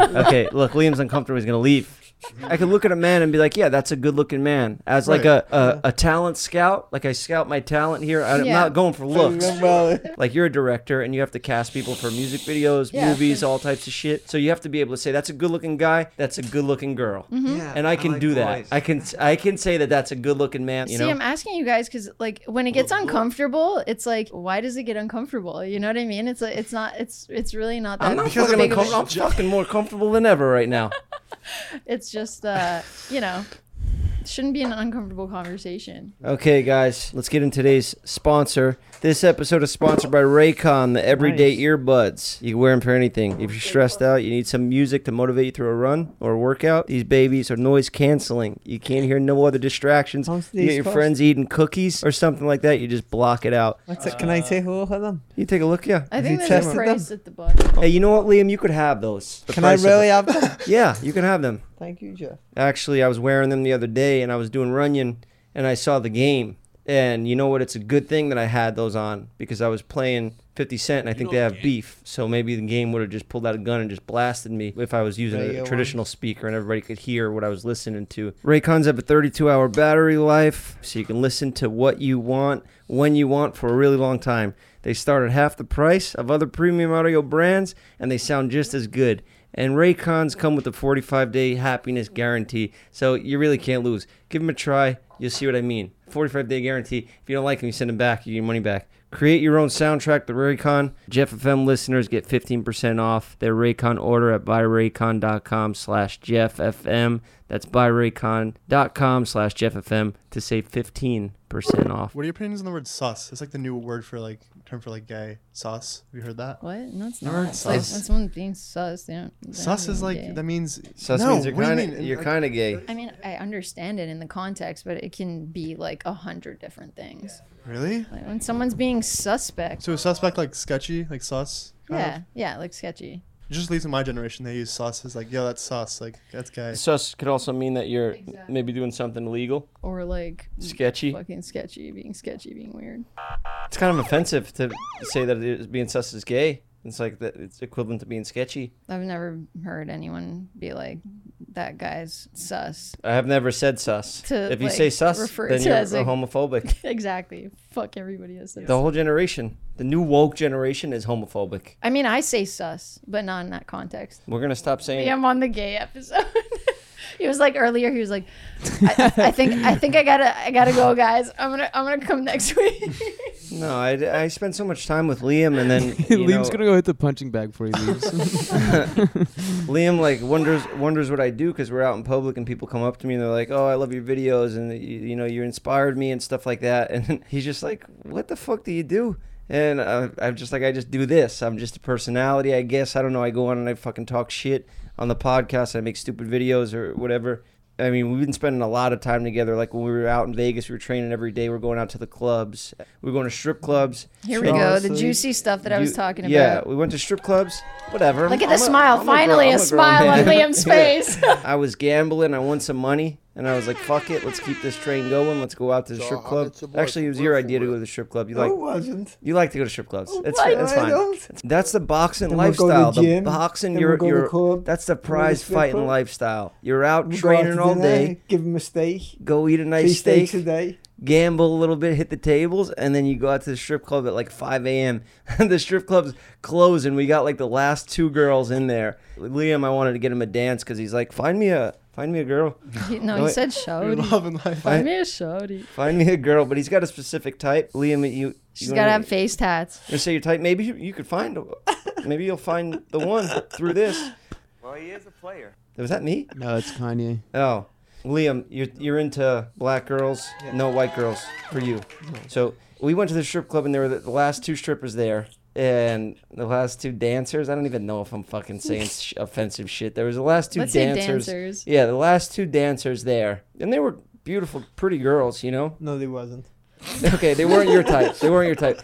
S2: okay. Look, Liam's uncomfortable. He's gonna leave. I could look at a man and be like, "Yeah, that's a good-looking man." As like
S4: Right.
S2: a, a, a talent scout, like I scout my talent here. I'm
S6: Yeah.
S2: not going for looks.
S5: Well,
S2: Like you're a director and you have to cast people for music videos,
S6: Yeah.
S2: movies, all types of shit. So you have to be able to say that's a good-looking guy, that's a good-looking girl,
S6: Mm-hmm.
S2: and I can do that. I can I can say that that's a good-looking man. You
S6: See,
S2: know,
S6: I'm asking you guys because, like, when it gets uncomfortable, it's like, why does it get uncomfortable? You know what I mean? It's like, it's not, it's, it's really not that.
S2: I'm not
S4: Because
S2: fucking
S4: I'm a
S2: uncomfortable. I'm
S4: coach.
S2: fucking more comfortable than ever right now.
S6: It's just, uh, you know, it shouldn't be an uncomfortable conversation.
S2: Okay, guys, let's get in today's sponsor. This episode is sponsored by Raycon, the everyday
S5: Nice.
S2: earbuds. You can wear them for anything. If you're stressed out, you need some music to motivate you through a run or a workout. These babies are noise canceling. You can't hear no other distractions.
S5: How's
S2: You get
S5: these
S2: your
S5: cost?
S2: friends eating cookies or something like that. You just block it out.
S5: that's it. Can I take a look at them?
S2: You take a look, yeah.
S6: I
S5: Have
S6: think
S5: you
S6: there's a
S5: tested
S6: price at the bottom.
S2: Hey, you know what, Liam? You could have those. The
S5: Can I
S2: price of
S5: really
S2: it.
S5: have them?
S2: Yeah, you can have them.
S5: Thank you, Jeff.
S2: Actually, I was wearing them the other day and I was doing Runyon and I saw the game. And you know what? It's a good thing that I had those on because I was playing 50 Cent and I think they have beef. So maybe the game would have just pulled out a gun and just blasted me if I was using
S5: Radio
S2: a
S5: one.
S2: traditional speaker and everybody could hear what I was listening to. Raycons have a 32 hour battery life, so you can listen to what you want when you want for a really long time. They start at half the price of other premium audio brands and they sound just as good. And Raycons come with a 45 day happiness guarantee, so you really can't lose. Give them a try, you'll see what I mean. 45 day guarantee. If you don't like them, you send them back, you get your money back. Create your own soundtrack, the Raycon. Jeff FM listeners get 15% off their Raycon order at buyraycon.com slash Jeff FM. That's buyraycon.com slash Jeff FM to save 15% off.
S4: What are your opinions on the word "sus"? It's like the new word for like term for like gay. Sus. Have you heard that?
S6: What? No, it's
S4: You
S6: not.
S4: heard
S6: It's like,
S4: sus?
S6: when someone's being sus. They don't, they don't
S4: Sus is
S6: mean
S4: like
S6: gay.
S4: that means
S2: Sus
S4: no,
S2: means you're
S4: what do you
S2: kind
S4: mean?
S2: of you're
S4: Like,
S2: kind of gay.
S6: I mean, I, understand it in the context, but it can be like a hundred different things.
S4: Really?
S6: Like when someone's being suspect.
S4: So uh, a suspect like sketchy, like sus. kind
S6: yeah,
S4: of?
S6: yeah, like sketchy.
S4: Just at least in my generation, they use sus as like, yo, that's sus. Like that's gay.
S2: Sus could also mean that you're maybe doing something illegal,
S6: Or like
S2: sketchy.
S6: fucking sketchy, being sketchy, being weird.
S2: It's kind of offensive to say that it is, being sus is gay. It's like that. It's equivalent to being sketchy.
S6: I've never heard anyone be like, that guy's sus.
S2: I have never said sus.
S6: To,
S2: if you
S6: like,
S2: say sus,
S6: refer
S2: then
S6: to
S2: you're
S6: as a-
S2: homophobic.
S6: Exactly. Fuck everybody that says
S2: the whole generation, the new woke generation, is homophobic.
S6: I mean, I say sus, but not in that context.
S2: We're gonna stop saying.
S6: I'm on the gay episode. he was like earlier. He was like, I, I, I think I think I gotta I gotta go, guys. I'm gonna I'm gonna come next week.
S2: No, I, I spend so much time with Liam, and then you know,
S7: Liam's gonna go hit the punching bag before he leaves.
S2: Liam like wonders wonders what I do because we're out in public and people come up to me and they're like, "Oh, I love your videos and you, you know you inspired me and stuff like that." And he's just like, "What the fuck do you do?" And uh, I'm just like, "I just do this. I'm just a personality, I guess. I don't know. I go on and I fucking talk shit on the podcast. I make stupid videos or whatever." I mean, we've been spending a lot of time together. Like when we were out in Vegas, we were training every day. We're going out to the clubs. We were going to strip clubs.
S6: Here we go. The juicy stuff that I was
S2: You-
S6: talking about.
S2: Yeah, we went to strip clubs. Whatever.
S6: Look
S2: I'm
S6: at the
S2: a-
S6: smile.
S2: I'm a grown-
S6: Finally, a,
S2: I'm grown
S6: smile on
S2: man.
S6: Liam's face.
S2: I was gambling. I won some money, and I was like, "Fuck it, let's keep this train going. Let's go out to the strip club." Actually, it was your idea to go to the strip club. You like
S5: Who wasn't?
S2: you like to go to strip clubs. It's,
S6: what?
S2: it's
S5: I
S2: fine.
S5: don't.
S2: It's- That's the boxing
S5: Then we'll go to
S2: lifestyle.
S5: the
S2: the
S5: gym,
S2: boxing,
S5: then
S2: you're,
S5: we'll go to
S2: you're
S5: the club,
S2: that's the
S5: then we'll go to
S2: prize
S5: the strip
S2: fighting
S5: club.
S2: lifestyle. You're out
S5: We'll go out
S2: training
S5: to
S2: all
S5: dinner,
S2: day.
S5: Give him a steak.
S2: Go eat a
S5: Three
S2: nice
S5: steaks
S2: steak,
S5: a day.
S2: gamble a little bit, hit the tables, and then you go out to the strip club at like 5 a.m. the strip club's closing. We got like the last two girls in there. Liam, I wanted to get him a dance because he's like, find me a find me a girl.
S6: He- no,
S2: No,
S6: he
S2: wait.
S6: said
S4: Your
S6: shouty.
S4: love and life.
S6: Find me a shouty.
S2: Find me a girl, but he's got a specific type. Liam, you.
S6: She's
S2: you
S6: gotta
S2: wanna-
S6: have face tats.
S2: you say your type. Maybe you, you could find. a- Maybe you'll find the one through this.
S1: Well, he is a player.
S2: Was that me?
S7: no, it's Kanye.
S2: Oh, Liam, you're you're into black girls, no white girls for you. So we went to the strip club and there were the, the last two strippers there. And the last two dancers, I don't even know if I'm fucking saying sh- offensive shit. There was the last two
S6: Let's say
S2: dancers.
S6: dancers.
S2: Yeah, the last two dancers there. And they were beautiful, pretty girls, you know?
S5: No, they wasn't.
S2: Okay, they weren't your type. They weren't your type.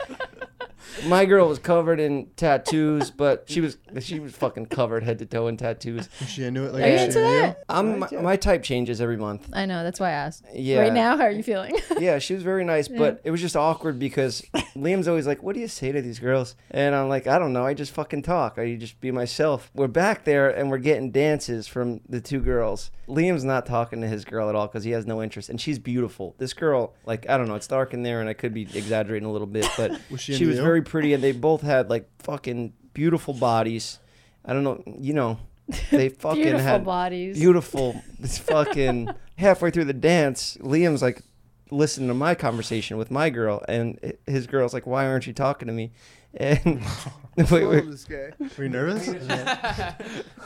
S2: My girl was covered in tattoos, but she was she was fucking covered head to toe in tattoos.
S4: She into it. Like
S6: Are you
S4: she
S6: into
S4: knew.
S6: that?
S2: I'm my, my type changes every month.
S6: I know. That's why I asked.
S2: Yeah.
S6: Right now, how are you feeling?
S2: Yeah, she was very nice, but it was just awkward because Liam's always like, "What do you say to these girls?" And I'm like, "I don't know. I just fucking talk. I just be myself." We're back there and we're getting dances from the two girls. Liam's not talking to his girl at all because he has no interest, and she's beautiful. This girl, like, I don't know. It's dark in there, and I could be exaggerating a little bit, but
S4: Was she
S2: she,
S4: into
S2: was
S4: you?
S2: very pretty, and they both had like fucking beautiful bodies. I don't know, you know. They fucking
S6: Beautiful
S2: had
S6: bodies.
S2: beautiful. This fucking halfway through the dance, Liam's like listening to my conversation with my girl, and h- his girl's like, "Why aren't you talking to me?" And wait, wait,
S10: this guy.
S4: Were you nervous?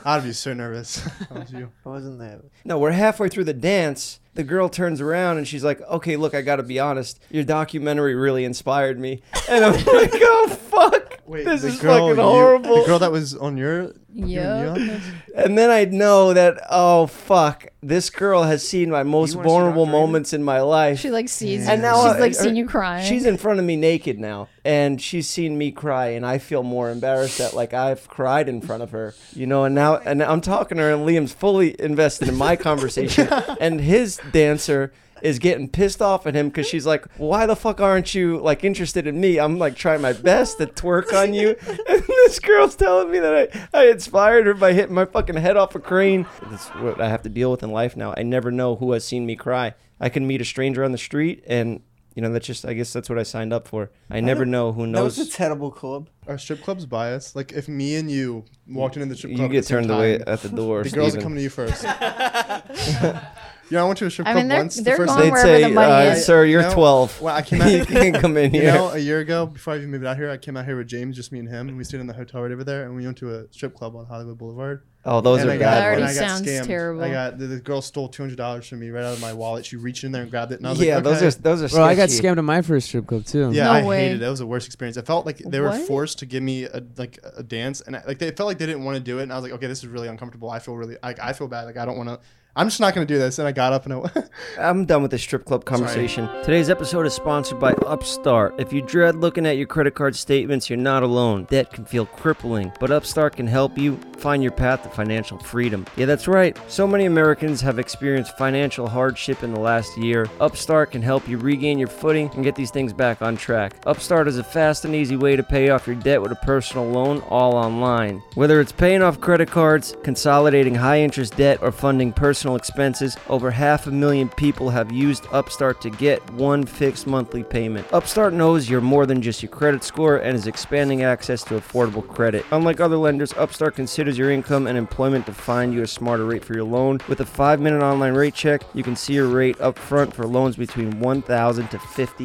S4: I'd be so nervous. If I was you.
S5: I wasn't there.
S2: no, we're halfway through the dance. The girl turns around and she's like, "Okay, look, I gotta be honest. Your documentary really inspired me." And I'm like, "Oh fuck, this
S4: the
S2: is
S4: girl
S2: fucking
S4: you-
S2: horrible."
S4: The girl that was on your.
S6: yeah.
S2: And then I'd know that, oh fuck, this girl has seen my most
S10: wanna see
S2: vulnerable
S10: Dr. Eden?
S2: moments in my life.
S6: She like sees.
S2: And
S6: you.
S2: now
S6: she's
S2: I-
S6: like
S2: I-
S6: seen you crying.
S2: She's in front of me naked now, and she's seen me cry, and I feel more embarrassed that like I've cried in front of her, you know. And now, and I'm talking to her, and Liam's fully invested in my conversation, and his dancer is getting pissed off at him because she's like, "Why the fuck aren't you like interested in me? I'm like trying my best to twerk on you, and this girl's telling me that I I inspired her by hitting my fucking head off a crane. That's what I have to deal with in life now. I never know who has seen me cry. I can meet a stranger on the street and you know, that's just, I guess that's what I signed up for. I never know who
S5: That
S2: knows.
S5: was a terrible club.
S4: Our uh, strip club's biased. Like if me and you walked into the strip
S2: you
S4: club,
S2: get
S4: at the same
S2: turned away
S4: time,
S2: at the door.
S4: The girls are
S2: Steven.
S4: coming to you first. yeah, I went to a strip
S6: I
S4: club
S6: mean, they're-
S4: once. the
S6: they're
S4: first
S6: gone
S4: time-
S2: They'd
S6: wherever the
S2: say,
S6: money
S2: uh,
S6: is.
S2: sir, you're
S4: No.
S2: 12.
S4: Well, I came out.
S2: you can't come in
S4: You
S2: here.
S4: know, a year ago, before I even moved out here, I came out here with James, just me and him, and we stayed in the hotel right over there, and we went to a strip club on Hollywood Boulevard.
S2: oh, those
S4: and
S2: are
S4: I got,
S6: That
S2: bad
S6: already
S4: and
S2: ones.
S4: I got
S6: sounds
S4: scammed.
S6: terrible.
S4: I got the, the girl stole two hundred dollars from me right out of my wallet. She reached in there and grabbed it, and I was
S2: Yeah,
S4: like, okay.
S2: those are, those are
S7: Bro, I got
S2: sketchy.
S7: scammed at my first strip club too.
S4: Yeah,
S6: No
S4: I
S6: way.
S4: hated it. That was the worst experience. I felt like they were
S6: What?
S4: forced to give me a like a dance, and I, like they felt like they didn't want to do it. And I was like, okay, this is really uncomfortable. I feel really like I feel bad. Like I don't want to. I'm just not gonna do this. And I got up and I went.
S2: I'm done with this strip club conversation. Today's episode is sponsored by Upstart. If you dread looking at your credit card statements, you're not alone. Debt can feel crippling, but Upstart can help you find your path to financial freedom. Yeah, that's right. So many Americans have experienced financial hardship in the last year. Upstart can help you regain your footing and get these things back on track. Upstart is a fast and easy way to pay off your debt with a personal loan all online. Whether it's paying off credit cards, consolidating high interest debt, or funding personal expenses, over half a million people have used Upstart to get one fixed monthly payment. Upstart knows you're more than just your credit score and is expanding access to affordable credit. Unlike other lenders, Upstart considers your income and employment to find you a smarter rate for your loan. With a five minute online rate check, you can see your rate up front for loans between $1,000 to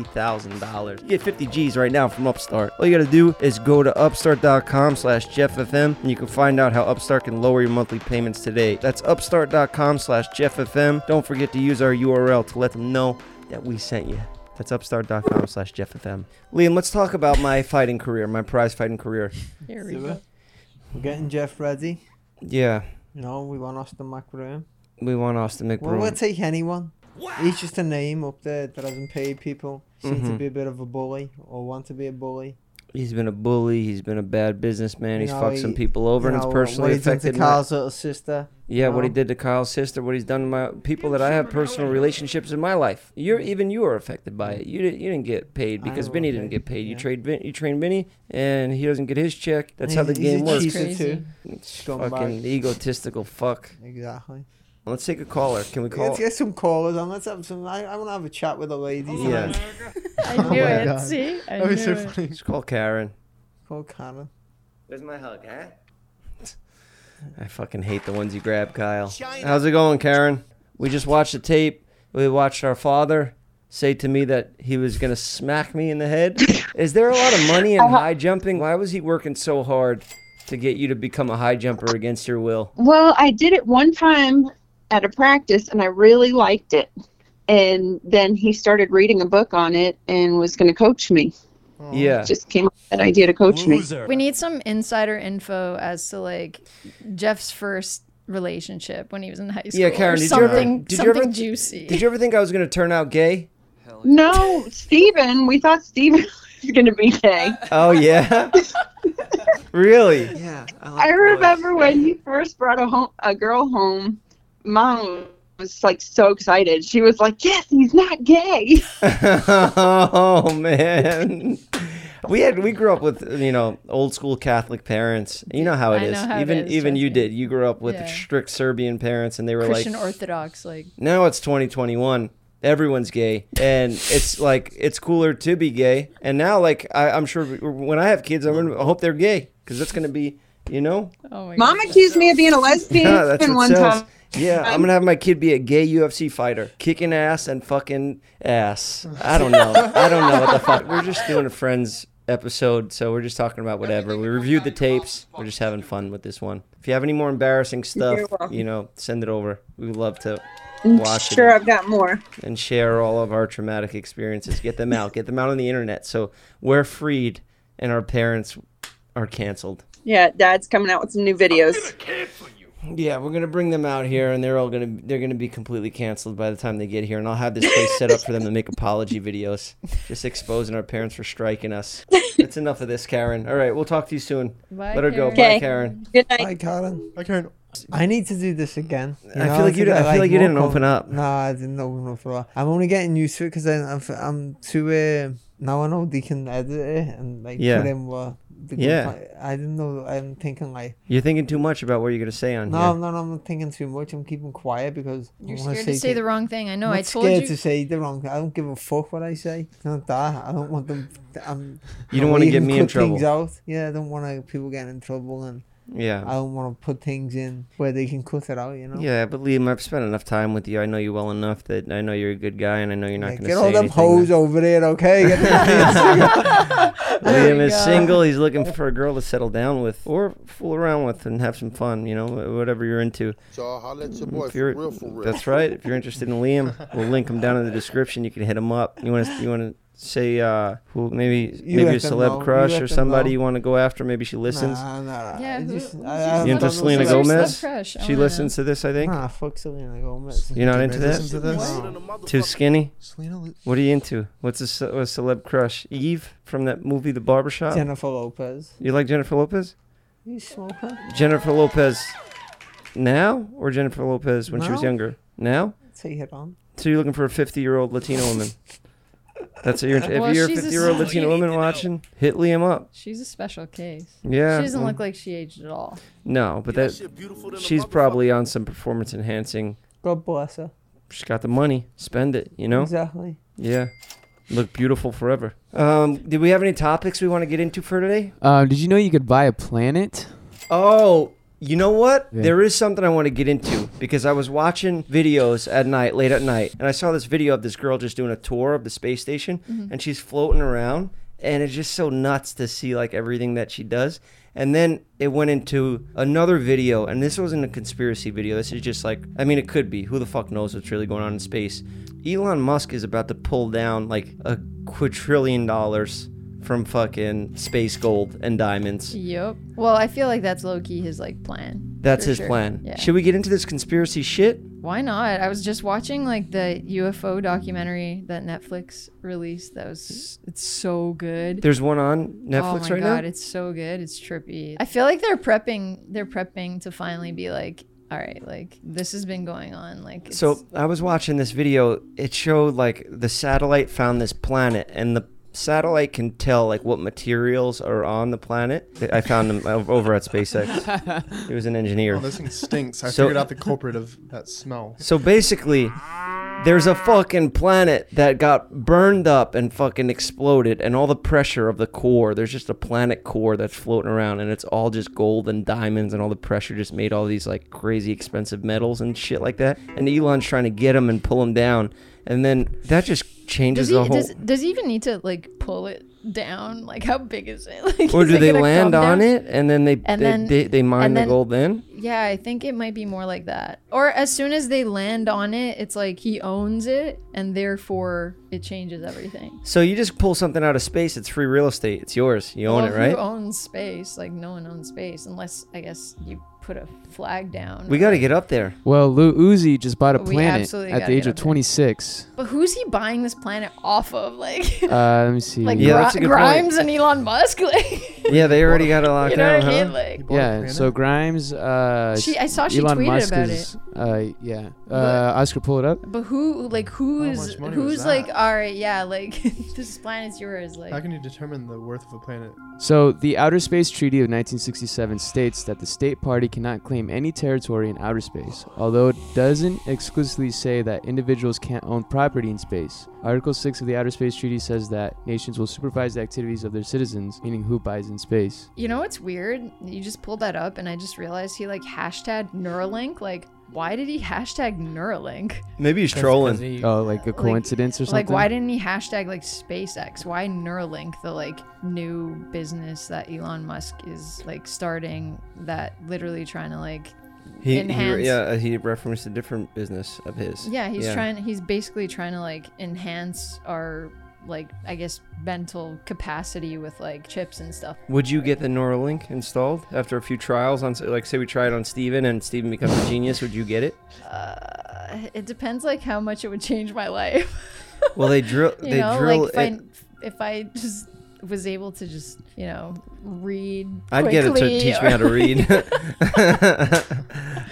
S2: $50,000. You get 50 G's right now from Upstart. All you gotta do is go to upstart.com slash jefffm and you can find out how Upstart can lower your monthly payments today. That's upstart.com slash jefffm. Don't forget to use our URL to let them know that we sent you. That's upstart.com slash jefffm. Liam, let's talk about my fighting career, my prize fighting career.
S6: There we go.
S5: We're getting Jeff ready.
S2: Yeah,
S5: You know, we want Austin McBroom.
S2: we want Austin
S5: Well,
S2: McBroom.
S5: we'll take anyone. He's just a name up there that hasn't paid people. Seems
S2: Mm-hmm.
S5: to be a bit of a bully or want to be a bully.
S2: he's been a bully. He's been a bad businessman.
S5: You
S2: He's
S5: know,
S2: fucked
S5: he-
S2: some people over,
S5: You
S2: and
S5: know,
S2: it's
S5: what
S2: personally
S5: he done
S2: affected
S5: to
S2: my-
S5: Carl's little sister.
S2: Yeah, what he
S5: No.
S2: did to Kyle's sister, what he's done to my people that I have personal relationships in my life. You're even you are affected by it. You didn't you didn't get paid
S5: I
S2: because
S5: will
S2: Vinny
S5: pay,
S2: didn't get paid. You
S5: yeah.
S2: trade Vin, you train Vinny, and he doesn't get his check. That's how the
S5: He's- he's a
S2: game works.
S5: cheater
S6: Crazy.
S5: too.
S2: It's
S5: scumbag.
S2: Fucking egotistical fuck.
S5: Exactly.
S2: Let's take a caller. Can we call?
S5: Let's get some callers on. Let's have some. I, I want to have a chat with the ladies.
S2: Yeah.
S6: I
S4: Oh
S6: knew
S4: my
S6: it.
S4: God.
S6: See, I
S4: That
S6: knew
S4: was so
S6: it.
S4: funny.
S2: Let's call Karen.
S5: Call Karen.
S2: There's my hug, huh? I fucking hate the ones you grab, Kyle. How's it going, Karen? We just watched a tape. We watched our father say to me that he was gonna smack me in the head. Is there a lot of money in
S6: Uh-huh.
S2: high jumping? Why was he working so hard to get you to become a high jumper against your will?
S10: Well, I did it one time at a practice and I really liked it. And then he started reading a book on it and was going to coach me.
S2: Yeah.
S10: Just came up with that idea to coach me.
S6: We need some insider info as to like Jeff's first relationship when he was in high school.
S2: Yeah, Karen,
S6: or
S2: did you ever-
S6: something,
S2: did you
S6: something
S2: ever-
S6: juicy.
S2: Did you ever think I was gonna turn out gay?
S10: No, Steven, we thought Steven was going to be gay.
S2: Oh yeah. really?
S5: Yeah.
S10: I remember when you first brought a home, a girl home, mom was like so excited. She was like, "Yes, he's not gay."
S2: oh man. We had we grew up with you know old school Catholic parents. You know how it
S6: I
S2: is.
S6: know how it
S2: even
S6: is,
S2: even you
S6: Jesse.
S2: did. You grew up with
S6: Yeah.
S2: strict Serbian parents, and they were
S6: Christian
S2: like,
S6: Orthodox, like
S2: now it's 2021. Everyone's gay, and it's like it's cooler to be gay. And now, like I, I'm sure when I have kids, I'm gonna I hope they're gay because that's gonna be you know
S6: oh my
S10: Mom
S6: god.
S10: accused me of being a lesbian
S2: yeah, that's what
S10: one
S2: sells.
S10: time.
S2: Yeah, I'm gonna have my kid be a gay UFC fighter, kicking ass and fucking ass. I don't know. I don't know what the fuck. We're just doing a friends episode, so we're just talking about whatever. We reviewed the tapes. We're just having fun with this one. If you have any more embarrassing stuff,
S10: You're welcome.
S2: you know, send it over. We would love to
S10: I'm
S2: watch
S10: sure
S2: it
S10: I've got more.
S2: and share all of our traumatic experiences. Get them out. Get them out on the internet so we're freed and our parents are canceled.
S10: Yeah, Dad's coming out with some new videos.
S2: Yeah, we're gonna bring them out here, and they're all gonna they're gonna be completely canceled by the time they get here, and I'll have this place set up for them to make apology videos, just exposing our parents for striking us. That's enough of this, Karen. All right, we'll talk to you soon.
S6: Bye,
S2: Let her go.
S10: Karen.
S2: Bye, Karen.
S10: Good night.
S5: Hi, Karen.
S4: Like Karen,
S5: I need to do this again. You
S2: I
S5: know,
S2: feel like you.
S5: to
S2: di- I
S5: get,
S2: feel like you
S5: more
S2: didn't
S5: com-
S2: open up.
S5: No, I didn't open up for that. I'm only getting used to it because I'm, f- I'm too. Uh, now I know they can edit it and like
S2: Yeah.
S5: put in what. The good
S2: Yeah.
S5: fi- I didn't know. I'm thinking like
S2: You're thinking too much about what you're gonna say on
S5: no,
S2: here.
S5: no, no. I'm thinking too much. I'm keeping quiet because
S6: You're
S5: I wanna
S6: scared to say
S5: thi-
S6: the wrong thing. I know.
S5: I'm
S6: I
S5: not
S6: told
S5: scared
S6: you.
S5: to say the wrong. I don't give a fuck what I say. It's not that. I don't want them. I'm,
S2: You don't want to
S5: we
S2: get
S5: can
S2: me in
S5: cut things
S2: trouble.
S5: out. Yeah, I don't want to people getting in trouble, and I
S2: Yeah.
S5: don't want to put things in where they can cut it out. You know.
S2: Yeah, but Liam, I've spent enough time with you. I know you well enough that I know you're a good guy, and I know you're not
S5: Yeah,
S2: gonna
S5: get
S2: say
S5: all them
S2: anything.
S5: hoes
S2: that-
S5: over there, okay? Get them-
S2: Liam is
S6: God.
S2: single. He's looking for a girl to settle down with or fool around with and have some fun, you know, wh- whatever you're into.
S11: So holla at your
S2: If
S11: boy for
S2: you're-
S11: real, for real.
S2: That's right. If you're interested in Liam, we'll link him down in the description. You can hit him up. You want to you want to say uh, who maybe
S5: You
S2: maybe a
S5: let them know.
S2: celeb
S5: You
S2: crush
S5: let
S2: or
S5: them
S2: somebody
S5: know.
S2: you want to go after. Maybe she listens.
S5: Nah, nah, nah.
S6: Yeah,
S5: I
S6: who-
S5: just-
S6: who's
S5: I-
S6: your
S5: I
S6: celeb
S5: don't
S2: you into
S5: listen to
S2: Selena
S5: that.
S6: Who's your
S2: Gomez?
S6: celeb crush? I
S2: She
S6: wanna
S2: listens to this, I think.
S5: Nah, fuck Selena Gomez.
S2: You're not
S4: Did
S2: into
S4: they
S2: that?
S4: listen to this?
S2: Too skinny.
S4: Selena, Lu-
S2: What are you into? What's a, ce- a celeb crush? Eve from that movie, The Barbershop.
S5: Jennifer Lopez.
S2: you like Jennifer Lopez?
S5: You smoking?
S2: Jennifer Lopez now or Jennifer Lopez when she was
S5: Now.
S2: younger? Now.
S5: Take it on.
S2: So you're looking for a 50 year old Latino woman. That's what you're. Into.
S6: Well,
S2: if you're a
S6: she's a
S2: 50 year old
S6: celeb.
S2: Latino woman watching, hit Liam up.
S6: She's a special case.
S2: Yeah. Mm.
S6: she doesn't
S2: well,
S6: look like she aged at all.
S2: No, but that she's probably on some performance enhancing.
S5: God bless her.
S2: She's got the money. Spend it. You know.
S5: Exactly.
S2: Yeah. Look beautiful forever. Um, did we have any topics we want to get into for today?
S7: Um, did you know you could buy a planet?
S2: Oh, you know what?
S7: Yeah.
S2: There is something I want to get into because I was watching videos at night, late at night, and I saw this video of this girl just doing a tour of the space station and she's floating around and it's just so nuts to see like everything that she does. And then it went into another video, and this wasn't a conspiracy video. This is just like, I mean, it could be. Who the fuck knows what's really going on in space? Elon Musk is about to pull down like a quadrillion dollars from fucking space gold and diamonds.
S6: Yep. Well, I feel like that's low key his like plan.
S2: That's
S6: for
S2: his
S6: sure.
S2: plan.
S6: Yeah.
S2: Should we get into this conspiracy shit?
S6: Why not? I was just watching like the UFO documentary that Netflix released. That was it's so good.
S2: There's one on
S6: oh
S2: Netflix
S6: my
S2: right
S6: god,
S2: now.
S6: it's so good. It's trippy. I feel like they're prepping. They're prepping to finally be like, all right, like this has been going on. Like it's,
S2: So I was watching this video. It showed like the satellite found this planet, and the satellite can tell like what materials are on the planet. I found them o- over at SpaceX. He was an engineer.
S4: oh, this thing stinks. I
S2: So-
S4: figured out the culprit of that smell.
S2: So basically, there's a fucking planet that got burned up and fucking exploded, and all the pressure of the core. There's just a planet core that's floating around, and it's all just gold and diamonds, and all the pressure just made all these like crazy expensive metals and shit like that. And Elon's trying to get them and pull them down, and then that just changes
S6: does he
S2: the whole.
S6: does, does he even need to like pull it down? Like how big is it? Like
S2: or
S6: is
S2: do
S6: it
S2: they
S6: gonna
S2: land
S6: come
S2: on
S6: down?
S2: it and then they
S6: And
S2: they,
S6: then-
S2: they, they mine
S6: and
S2: the
S6: then-
S2: gold then?
S6: Yeah, I think it might be more like that. Or as soon as they land on it, it's like he owns it and therefore it changes everything.
S2: So you just pull something out of space. It's free real estate. It's yours. You own
S6: Well,
S2: it, right?
S6: Who owns space? Like no one owns space unless I guess you put a flag down.
S2: we got to get up there.
S7: Well, Lou Uzi just bought a
S6: We
S7: planet
S6: absolutely
S7: at
S6: gotta
S7: the age
S6: get
S7: of
S6: up there.
S7: 26.
S6: But who's he buying this planet off of? Like
S7: Uh, let me see.
S6: like
S2: Yeah,
S6: Gri-
S2: that's a good point.
S6: Grimes and Elon Musk like
S2: Yeah, they already got it locked
S6: you know
S2: down,
S6: what I mean?
S2: huh?
S6: Like
S4: You bought a
S7: Yeah,
S4: planet?
S7: so Grimes. Uh,
S6: She- I saw she
S7: Elon
S6: tweeted
S7: Musk
S6: about
S7: is, Uh, yeah. Uh, Oscar, pull it up.
S6: but who like who's
S4: much money was
S6: who's like
S4: that?
S6: all right yeah like this planet's yours like
S4: How can you determine the worth of a planet?
S7: So, the Outer Space Treaty of 1967 states that the state party cannot claim any territory in outer space, although it doesn't exclusively say that individuals can't own property in space. Article 6 of the Outer Space Treaty says that nations will supervise the activities of their citizens, meaning who buys in space.
S6: You know what's weird? You just pulled that up, and I just realized he like hashtag Neuralink. Like, why did he hashtag Neuralink?
S2: Maybe he's
S9: 'Cause- 'cause
S2: trolling.
S9: he-
S7: Oh, like a coincidence or something?
S6: Like, why didn't he hashtag like SpaceX? Why Neuralink, the like new business that Elon Musk is like starting, that literally trying to like,
S2: He, he
S6: enhance-
S2: yeah, uh, he referenced a different business of his.
S6: yeah, he's trying, he's basically trying to like enhance our like, I guess, mental capacity with like chips and stuff.
S2: Would you get the Neuralink installed after a few trials on, like, say we try it on Steven and Steven becomes a genius? Would you get it?
S6: Uh, it depends like how much it would change my life.
S2: Well, they drill.
S6: you
S2: they
S6: know
S2: drill
S6: like if
S2: it.
S6: I, if I just was able to just you know read
S2: I'd get it to
S6: quickly
S2: teach
S6: or-
S2: me how to read.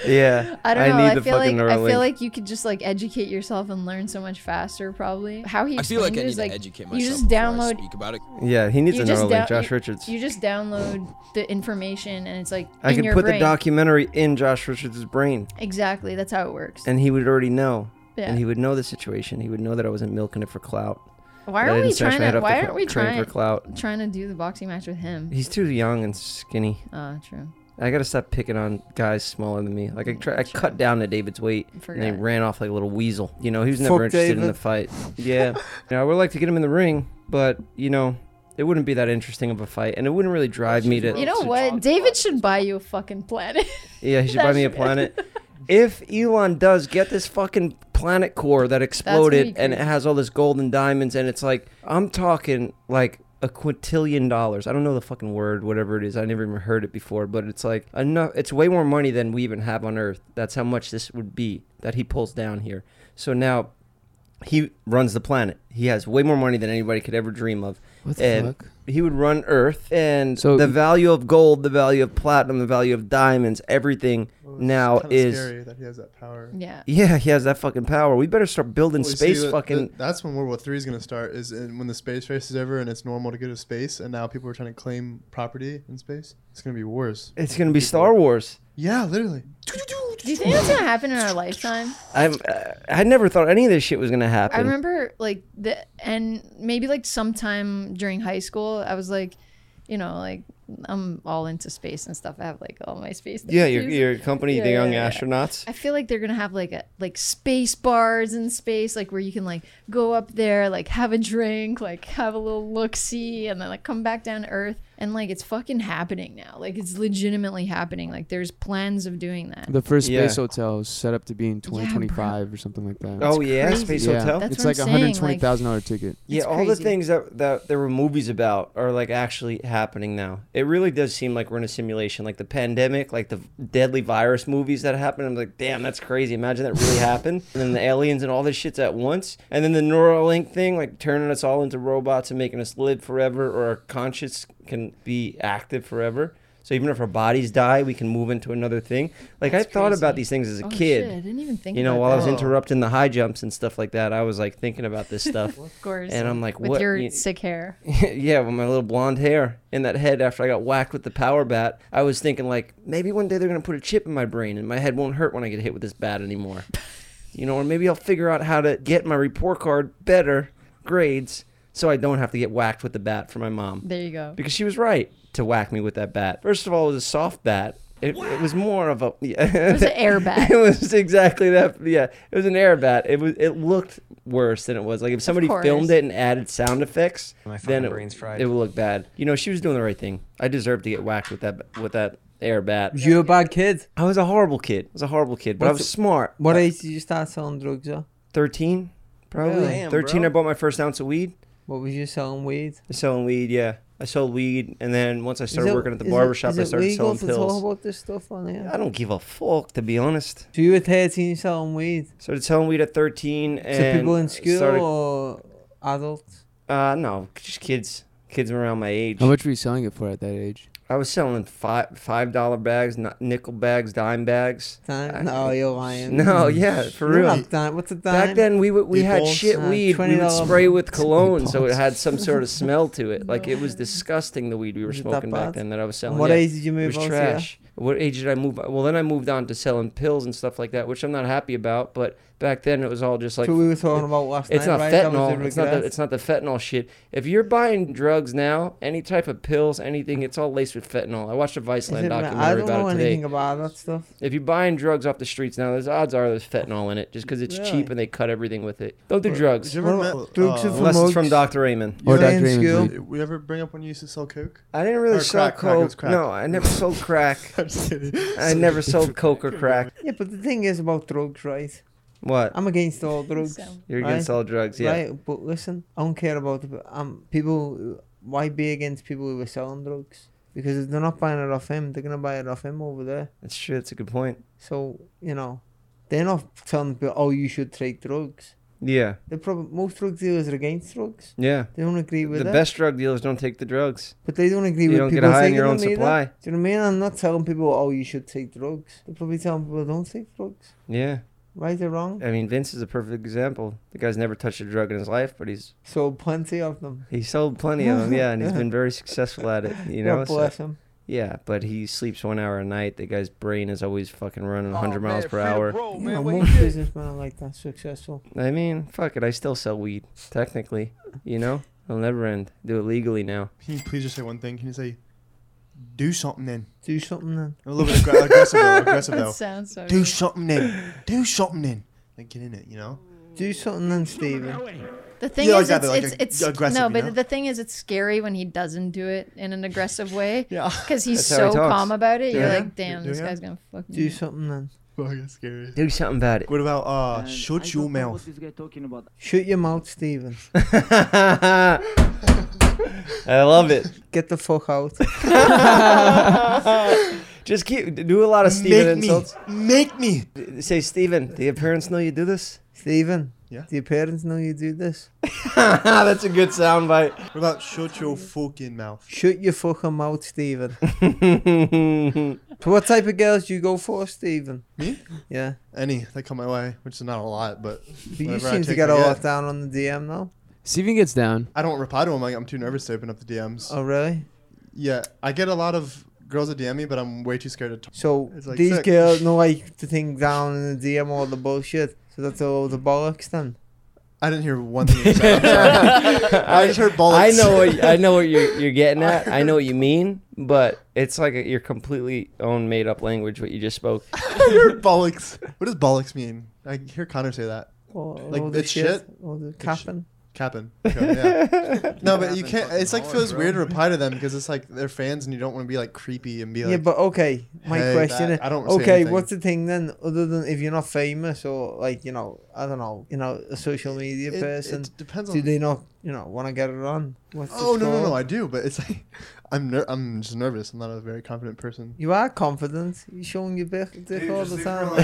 S2: yeah,
S6: I don't know.
S2: need
S6: I
S2: the
S6: feel like
S2: fucking
S6: I
S2: Neuralink.
S6: feel like you could just like educate yourself and learn so much faster. Probably how he
S11: I feel like I
S6: explained it
S11: need
S6: is,
S11: to
S6: like
S11: educate myself
S6: you just
S11: before I
S6: download
S11: speak about it.
S2: yeah, he needs
S6: you
S2: a
S6: just
S2: Neuralink.
S6: down-
S2: Josh
S6: you-
S2: Richards.
S6: you just download the information and it's like
S2: I
S6: in
S2: could
S6: your
S2: put
S6: brain.
S2: the documentary in Josh Richards' brain,
S6: exactly. That's how it works.
S2: and he would already know.
S6: Yeah.
S2: And he would know the situation. He would know that I wasn't milking it for clout.
S6: why
S2: that I
S6: aren't we
S2: didn't smash my
S6: trying
S2: head
S6: to?
S2: off the
S6: Why
S2: cl-
S6: aren't we
S2: train
S6: trying
S2: for clout?
S6: trying to do the boxing match with him?
S2: He's too young and skinny.
S6: Ah, true.
S2: I gotta stop picking on guys smaller than me. Like I try, I cut down to David's weight, and he
S6: Forgot.
S2: ran off like a little weasel. You know, he was never
S5: Fuck
S2: interested in
S5: David.
S2: the fight. Yeah, you know, I would like to get him in the ring, but you know, it wouldn't be that interesting of a fight, and it wouldn't really drive me to.
S6: You know what? David should buy you a fucking planet.
S2: Yeah, he should buy me a
S6: That
S2: planet. if Elon does get this fucking planet core that exploded
S6: be
S2: and it
S6: crazy.
S2: has all this gold and diamonds and it's like I'm talking like a quintillion dollars. I don't know the fucking word, whatever it is. I never even heard it before, but it's like enough it's way more money than we even have on Earth. That's how much this would be that he pulls down here. So now he runs the planet. He has way more money than anybody could ever dream of.
S7: What the
S2: and
S7: fuck?
S2: He would run Earth, and
S7: So-
S2: the value of gold, the value of platinum, the value of diamonds, everything now
S4: Kinda
S2: is.
S4: scary that he has that power.
S6: Yeah.
S2: Yeah, he has that fucking power. We better start building
S4: Well, you see,
S2: space
S4: that-
S2: fucking.
S4: that- that's when World War Three is going to start. Is in, when the space race is over and it's normal to go to space, and now people are trying to claim property in space. It's going to be wars.
S2: it's gonna be Star Wars.
S4: Yeah, literally.
S6: Do you think that's gonna happen in our lifetime?
S2: I'm. Uh, I never thought any of this shit was gonna happen.
S6: I remember like the and maybe like sometime during high school, I was like, you know, like I'm all into space and stuff. I have like all my space.
S2: yeah, your
S6: tattoos.
S2: your company, the
S6: Yeah,
S2: Young
S6: yeah, yeah.
S2: Astronauts.
S6: I feel like they're gonna have like a like space bars in space, like where you can like go up there, like have a drink, like have a little look see, and then like come back down to Earth. And like it's fucking happening now. Like it's legitimately happening. Like there's plans of doing that.
S7: The first
S2: Yeah.
S7: space hotel is set up to be in 2025 or something like that.
S2: Oh yeah,
S6: crazy.
S2: Space
S7: Yeah.
S2: Hotel.
S6: That's
S7: it's
S6: what
S7: like
S6: I'm
S7: a
S6: saying,
S7: hundred
S6: like-
S7: twenty thousand dollar ticket.
S2: yeah,
S6: It's
S2: all the
S6: crazy.
S2: things that, that there were movies about are like actually happening now. It really does seem like we're in a simulation, like the pandemic, like the deadly virus movies that happened. I'm like, damn, that's crazy. Imagine that really happened. And then the aliens and all this shit's at once. And then the Neuralink thing, like turning us all into robots and making us live forever, or our conscience can be active forever. So even if our bodies die, we can move into another thing. Like I
S6: That's
S2: thought about
S6: crazy.
S2: these things as a
S6: Oh,
S2: kid.
S6: shit, I didn't even think
S2: You know,
S6: about
S2: while I was
S6: that.
S2: interrupting the high jumps and stuff like that, I was like thinking about this stuff.
S6: Of course.
S2: And I'm like,
S6: with
S2: what-
S6: your
S2: you-
S6: sick hair.
S2: yeah, with my little blonde hair in that head after I got whacked with the power bat, I was thinking like maybe one day they're gonna put a chip in my brain and my head won't hurt when I get hit with this bat anymore. you know, or maybe I'll figure out how to get my report card better grades so I don't have to get whacked with the bat from my mom
S6: There you go.
S2: because she was right to whack me with that bat. First of all, it was a soft bat. It, it was more of a yeah.
S6: It was an air bat.
S2: it was exactly that. Yeah, it was an air bat. It was. It looked worse than it was. Like if somebody
S6: course.
S2: filmed it and added sound effects,
S11: My
S2: then
S11: fucking
S2: it,
S11: brain's fried.
S2: it would look bad. You know, she was doing the right thing. I deserved to get whacked with that with that air bat.
S5: You a bad kid.
S2: I was a horrible kid. I was a horrible kid, but I
S5: What's
S2: was
S5: the-
S2: smart.
S5: What age did you start selling drugs at?
S2: Thirteen, probably.
S5: Really? Damn,
S2: Thirteen.
S11: bro.
S2: I bought my first ounce of weed.
S5: What was you selling weed?
S2: Selling weed. Yeah, I sold weed, and then once I started
S5: Is it-
S2: working at the
S5: is it-
S2: barber shop,
S5: is
S2: I
S5: it
S2: started
S5: legal
S2: selling
S5: to
S2: pills.
S5: talk about this stuff on here?
S2: I don't give a fuck, to be honest.
S5: So you were 13 selling weed
S2: Started selling weed at 13
S5: to
S2: and
S5: people in school
S2: started-
S5: or adults?
S2: uh, no, just kids, kids around my age.
S7: How much were you selling it for at that age?
S2: I was selling five five dollar bags, not nickel bags, dime bags.
S5: Dime?
S2: I-
S5: no, you're lying.
S2: No, yeah, for
S5: You're
S2: real.
S5: not dime. What's a dime?
S2: Back then we would, we had
S4: Meatballs?
S2: shit
S5: Uh,
S2: weed. We would
S5: $20
S2: spray with cologne, so it had some sort of smell to it. Like it was disgusting the weed we were
S5: Was it that
S2: smoking back
S5: bad?
S2: then that I was selling.
S5: And what
S2: Yeah.
S5: age did you
S2: It
S5: move
S2: was
S5: on
S2: trash. What age did I move? Well, then I moved on to selling pills and stuff like that, which I'm not happy about. But back then it was all just
S5: to?
S2: like
S5: so we were talking about last
S2: it's
S5: night,
S2: not
S5: right? That was
S2: fentanyl. It's not, the,
S5: regret.
S2: it's not the fentanyl shit. If you're buying drugs now, any type of pills, anything, it's all laced with fentanyl. I watched a
S5: Is it-
S2: Viceland
S5: I
S2: documentary
S5: don't know
S2: about it
S5: anything
S2: today.
S5: about that stuff.
S2: If you're buying drugs off the streets now, there's odds are there's fentanyl in it just because it's cheap
S5: Really?
S2: and they cut everything with it. Don't do drugs.
S4: Did you ever
S5: What
S4: met-
S5: about drugs
S4: uh,
S5: and
S2: Unless it's from
S5: mugs?
S2: Dr. Raymond.
S4: you
S7: Or
S4: ever-
S7: Dr.
S5: in
S7: Raymond.
S5: school?
S4: We ever bring up when you used to sell coke?
S2: I didn't really
S4: Or
S2: sell
S4: crack, crack, it was
S2: coke.
S4: crack.
S2: No, I never sold crack.
S4: I'm just kidding.
S2: I never sold coke or crack.
S5: Yeah, but the thing is about drugs, right?
S2: What?
S5: I'm against all drugs.
S2: You're against
S5: right?
S2: all drugs, yeah.
S5: Right, but listen, I don't care about the, um people. who- Why be against people who are selling drugs? Because if they're not buying it off him, they're gonna buy it off him over there.
S2: That's true. That's a good point.
S5: So you know, they're not telling people, "Oh, you should take drugs."
S2: Yeah.
S5: The problem, most drug dealers are against drugs.
S2: Yeah.
S5: They don't agree with
S2: The
S5: it,
S2: best drug dealers don't take the drugs.
S5: but they don't agree
S2: You
S5: with
S2: don't get
S5: people
S2: high on
S5: taking
S2: your own
S5: them either.
S2: supply.
S5: Do you know what I mean? I'm not telling people, "Oh, you should take drugs." They're probably telling people, "Don't take drugs."
S2: Yeah.
S5: Right or wrong?
S2: I mean, Vince is a perfect example. The guy's never touched a drug in his life, but he's
S5: So plenty of them.
S2: he sold plenty of them, yeah, and he's been very successful at it. You know,
S5: God
S2: so-
S5: bless him.
S2: yeah, but he sleeps one hour a night. The guy's brain is always fucking running 100
S4: Oh,
S2: miles per hour.
S5: You know, most businessmen are like that successful.
S2: I mean, fuck it, I still sell weed technically. You know, it'll never end. Do it legally now.
S4: Can you please just say one thing? Can you say, do something then?
S5: Do something then.
S4: A little bit aggra- aggressive though. Aggressive
S6: That
S4: though.
S6: sounds so.
S4: Do
S6: good.
S4: something then. Do something then. Like get in it, you know.
S5: Do something then, Steven.
S6: The thing
S4: Yeah,
S6: is,
S4: exactly, like
S6: it's
S4: a-
S6: it's, it's
S4: aggressive,
S6: no,
S4: you
S6: but
S4: know?
S6: the thing is, it's scary when he doesn't do it in an aggressive way.
S4: Yeah.
S6: because he's
S2: That's how he
S6: so
S2: talks.
S6: calm about it. You're
S4: Yeah.
S6: like, damn,
S4: Do
S6: this
S4: you?
S6: guy's gonna fuck
S5: Do
S6: me.
S5: something then.
S4: Fucking scary.
S2: Do something about it.
S4: What about uh, shut your mouth?
S5: Shoot your mouth, Steven.
S2: I love it.
S5: Get the fuck out.
S2: Just keep do a lot of Steven
S4: Make me,
S2: insults.
S4: make me.
S2: Say Steven, do your parents know you do this?
S5: Steven.
S4: Yeah?
S5: Do your parents know you do this?
S2: That's a good soundbite.
S4: What about shut your fucking mouth?
S5: Shoot your fucking mouth, Steven. so what type of girls do you go for, Steven?
S4: Me?
S5: Yeah.
S4: Any that come my way, which is not a lot, but
S5: But you
S4: whatever I
S5: seem to
S4: take,
S5: get
S4: I
S5: all
S4: get.
S5: off down on the DM now.
S7: Steven gets down.
S4: I don't reply to them. Like I'm too nervous to open up the DMs.
S5: Oh, really?
S4: Yeah, I get a lot of girls that DM me, but I'm way too scared to talk.
S5: So
S4: It's like
S5: these
S4: sick.
S5: girls know like to think down in the DM all the bullshit. So that's all the bollocks then.
S4: I didn't hear one thing. You said. I'm sorry. I just heard
S2: I
S4: bullets.
S2: know what I know what you're you're getting at. I know what you mean, but it's like a, your completely own made up language what you just spoke.
S4: I heard bollocks. What does bollocks mean? I hear Connor say that.
S5: All,
S4: Like,
S5: all the
S4: it's
S5: shit,
S4: shit.
S5: all the capping.
S4: Capping. Okay, yeah. No, but you
S5: Capping
S4: can't. It's like
S5: fucking
S4: feels
S5: hard,
S4: weird to
S5: bro.
S4: reply to them because it's like they're fans and you don't want to be like creepy and be like.
S5: yeah, but okay. My
S4: Hey,
S5: question
S4: that-
S5: is,
S4: I don't say
S5: okay,
S4: anything.
S5: what's the thing then? Other than if you're not famous or like you know, I don't know, you know, a social media
S4: it,
S5: person,
S4: it depends on.
S5: do they not, you know, want to get it on? What's it
S4: oh no no no!
S5: called?
S4: I do, but it's like I'm ner- I'm just nervous. I'm not a very confident person.
S5: You are confident. You're showing your dick, dick all the time.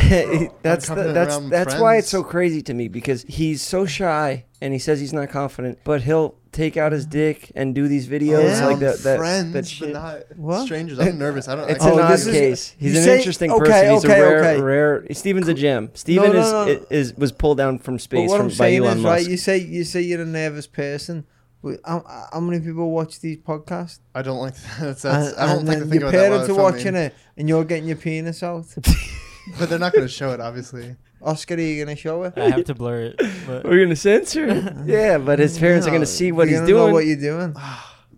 S2: that's the,
S4: confident
S2: that's
S4: around
S2: that's why it's so
S4: friends.
S2: crazy to me because he's so shy and he says he's not confident, but he'll take out his dick and do these videos
S5: Yeah.
S2: like that. that,
S4: friends,
S2: that shit.
S4: but not
S5: What?
S4: strangers. I'm nervous. I don't.
S2: It's
S4: I,
S2: an
S5: Oh,
S2: odd
S5: this is-
S2: case.
S5: you
S2: He's an
S5: say-
S2: interesting
S5: okay,
S2: person. He's
S5: okay,
S2: a rare,
S5: okay.
S2: rare. Steven's a gem. Steven
S5: no,
S2: is,
S5: no, no.
S2: is was pulled down from
S5: But
S2: space
S5: what
S2: from,
S5: I'm
S2: by
S5: saying
S2: Elon
S5: is,
S2: Musk.
S5: right? You say you say you're a nervous person. But how, how many people watch these podcasts?
S4: I don't like. That's, that's, I
S5: Uh, And-
S4: don't
S5: and
S4: like to
S5: then
S4: think
S5: your
S4: about that. while
S5: parents are
S4: filming.
S5: watching it, and you're getting your penis out.
S4: but they're not going to show it. Obviously,
S5: Oscar, are you gonna show it?
S9: I have to blur it. But
S2: We're gonna censor it. yeah, but his parents are gonna see what
S5: You're
S2: he's
S5: gonna know
S2: doing.
S5: What you're doing?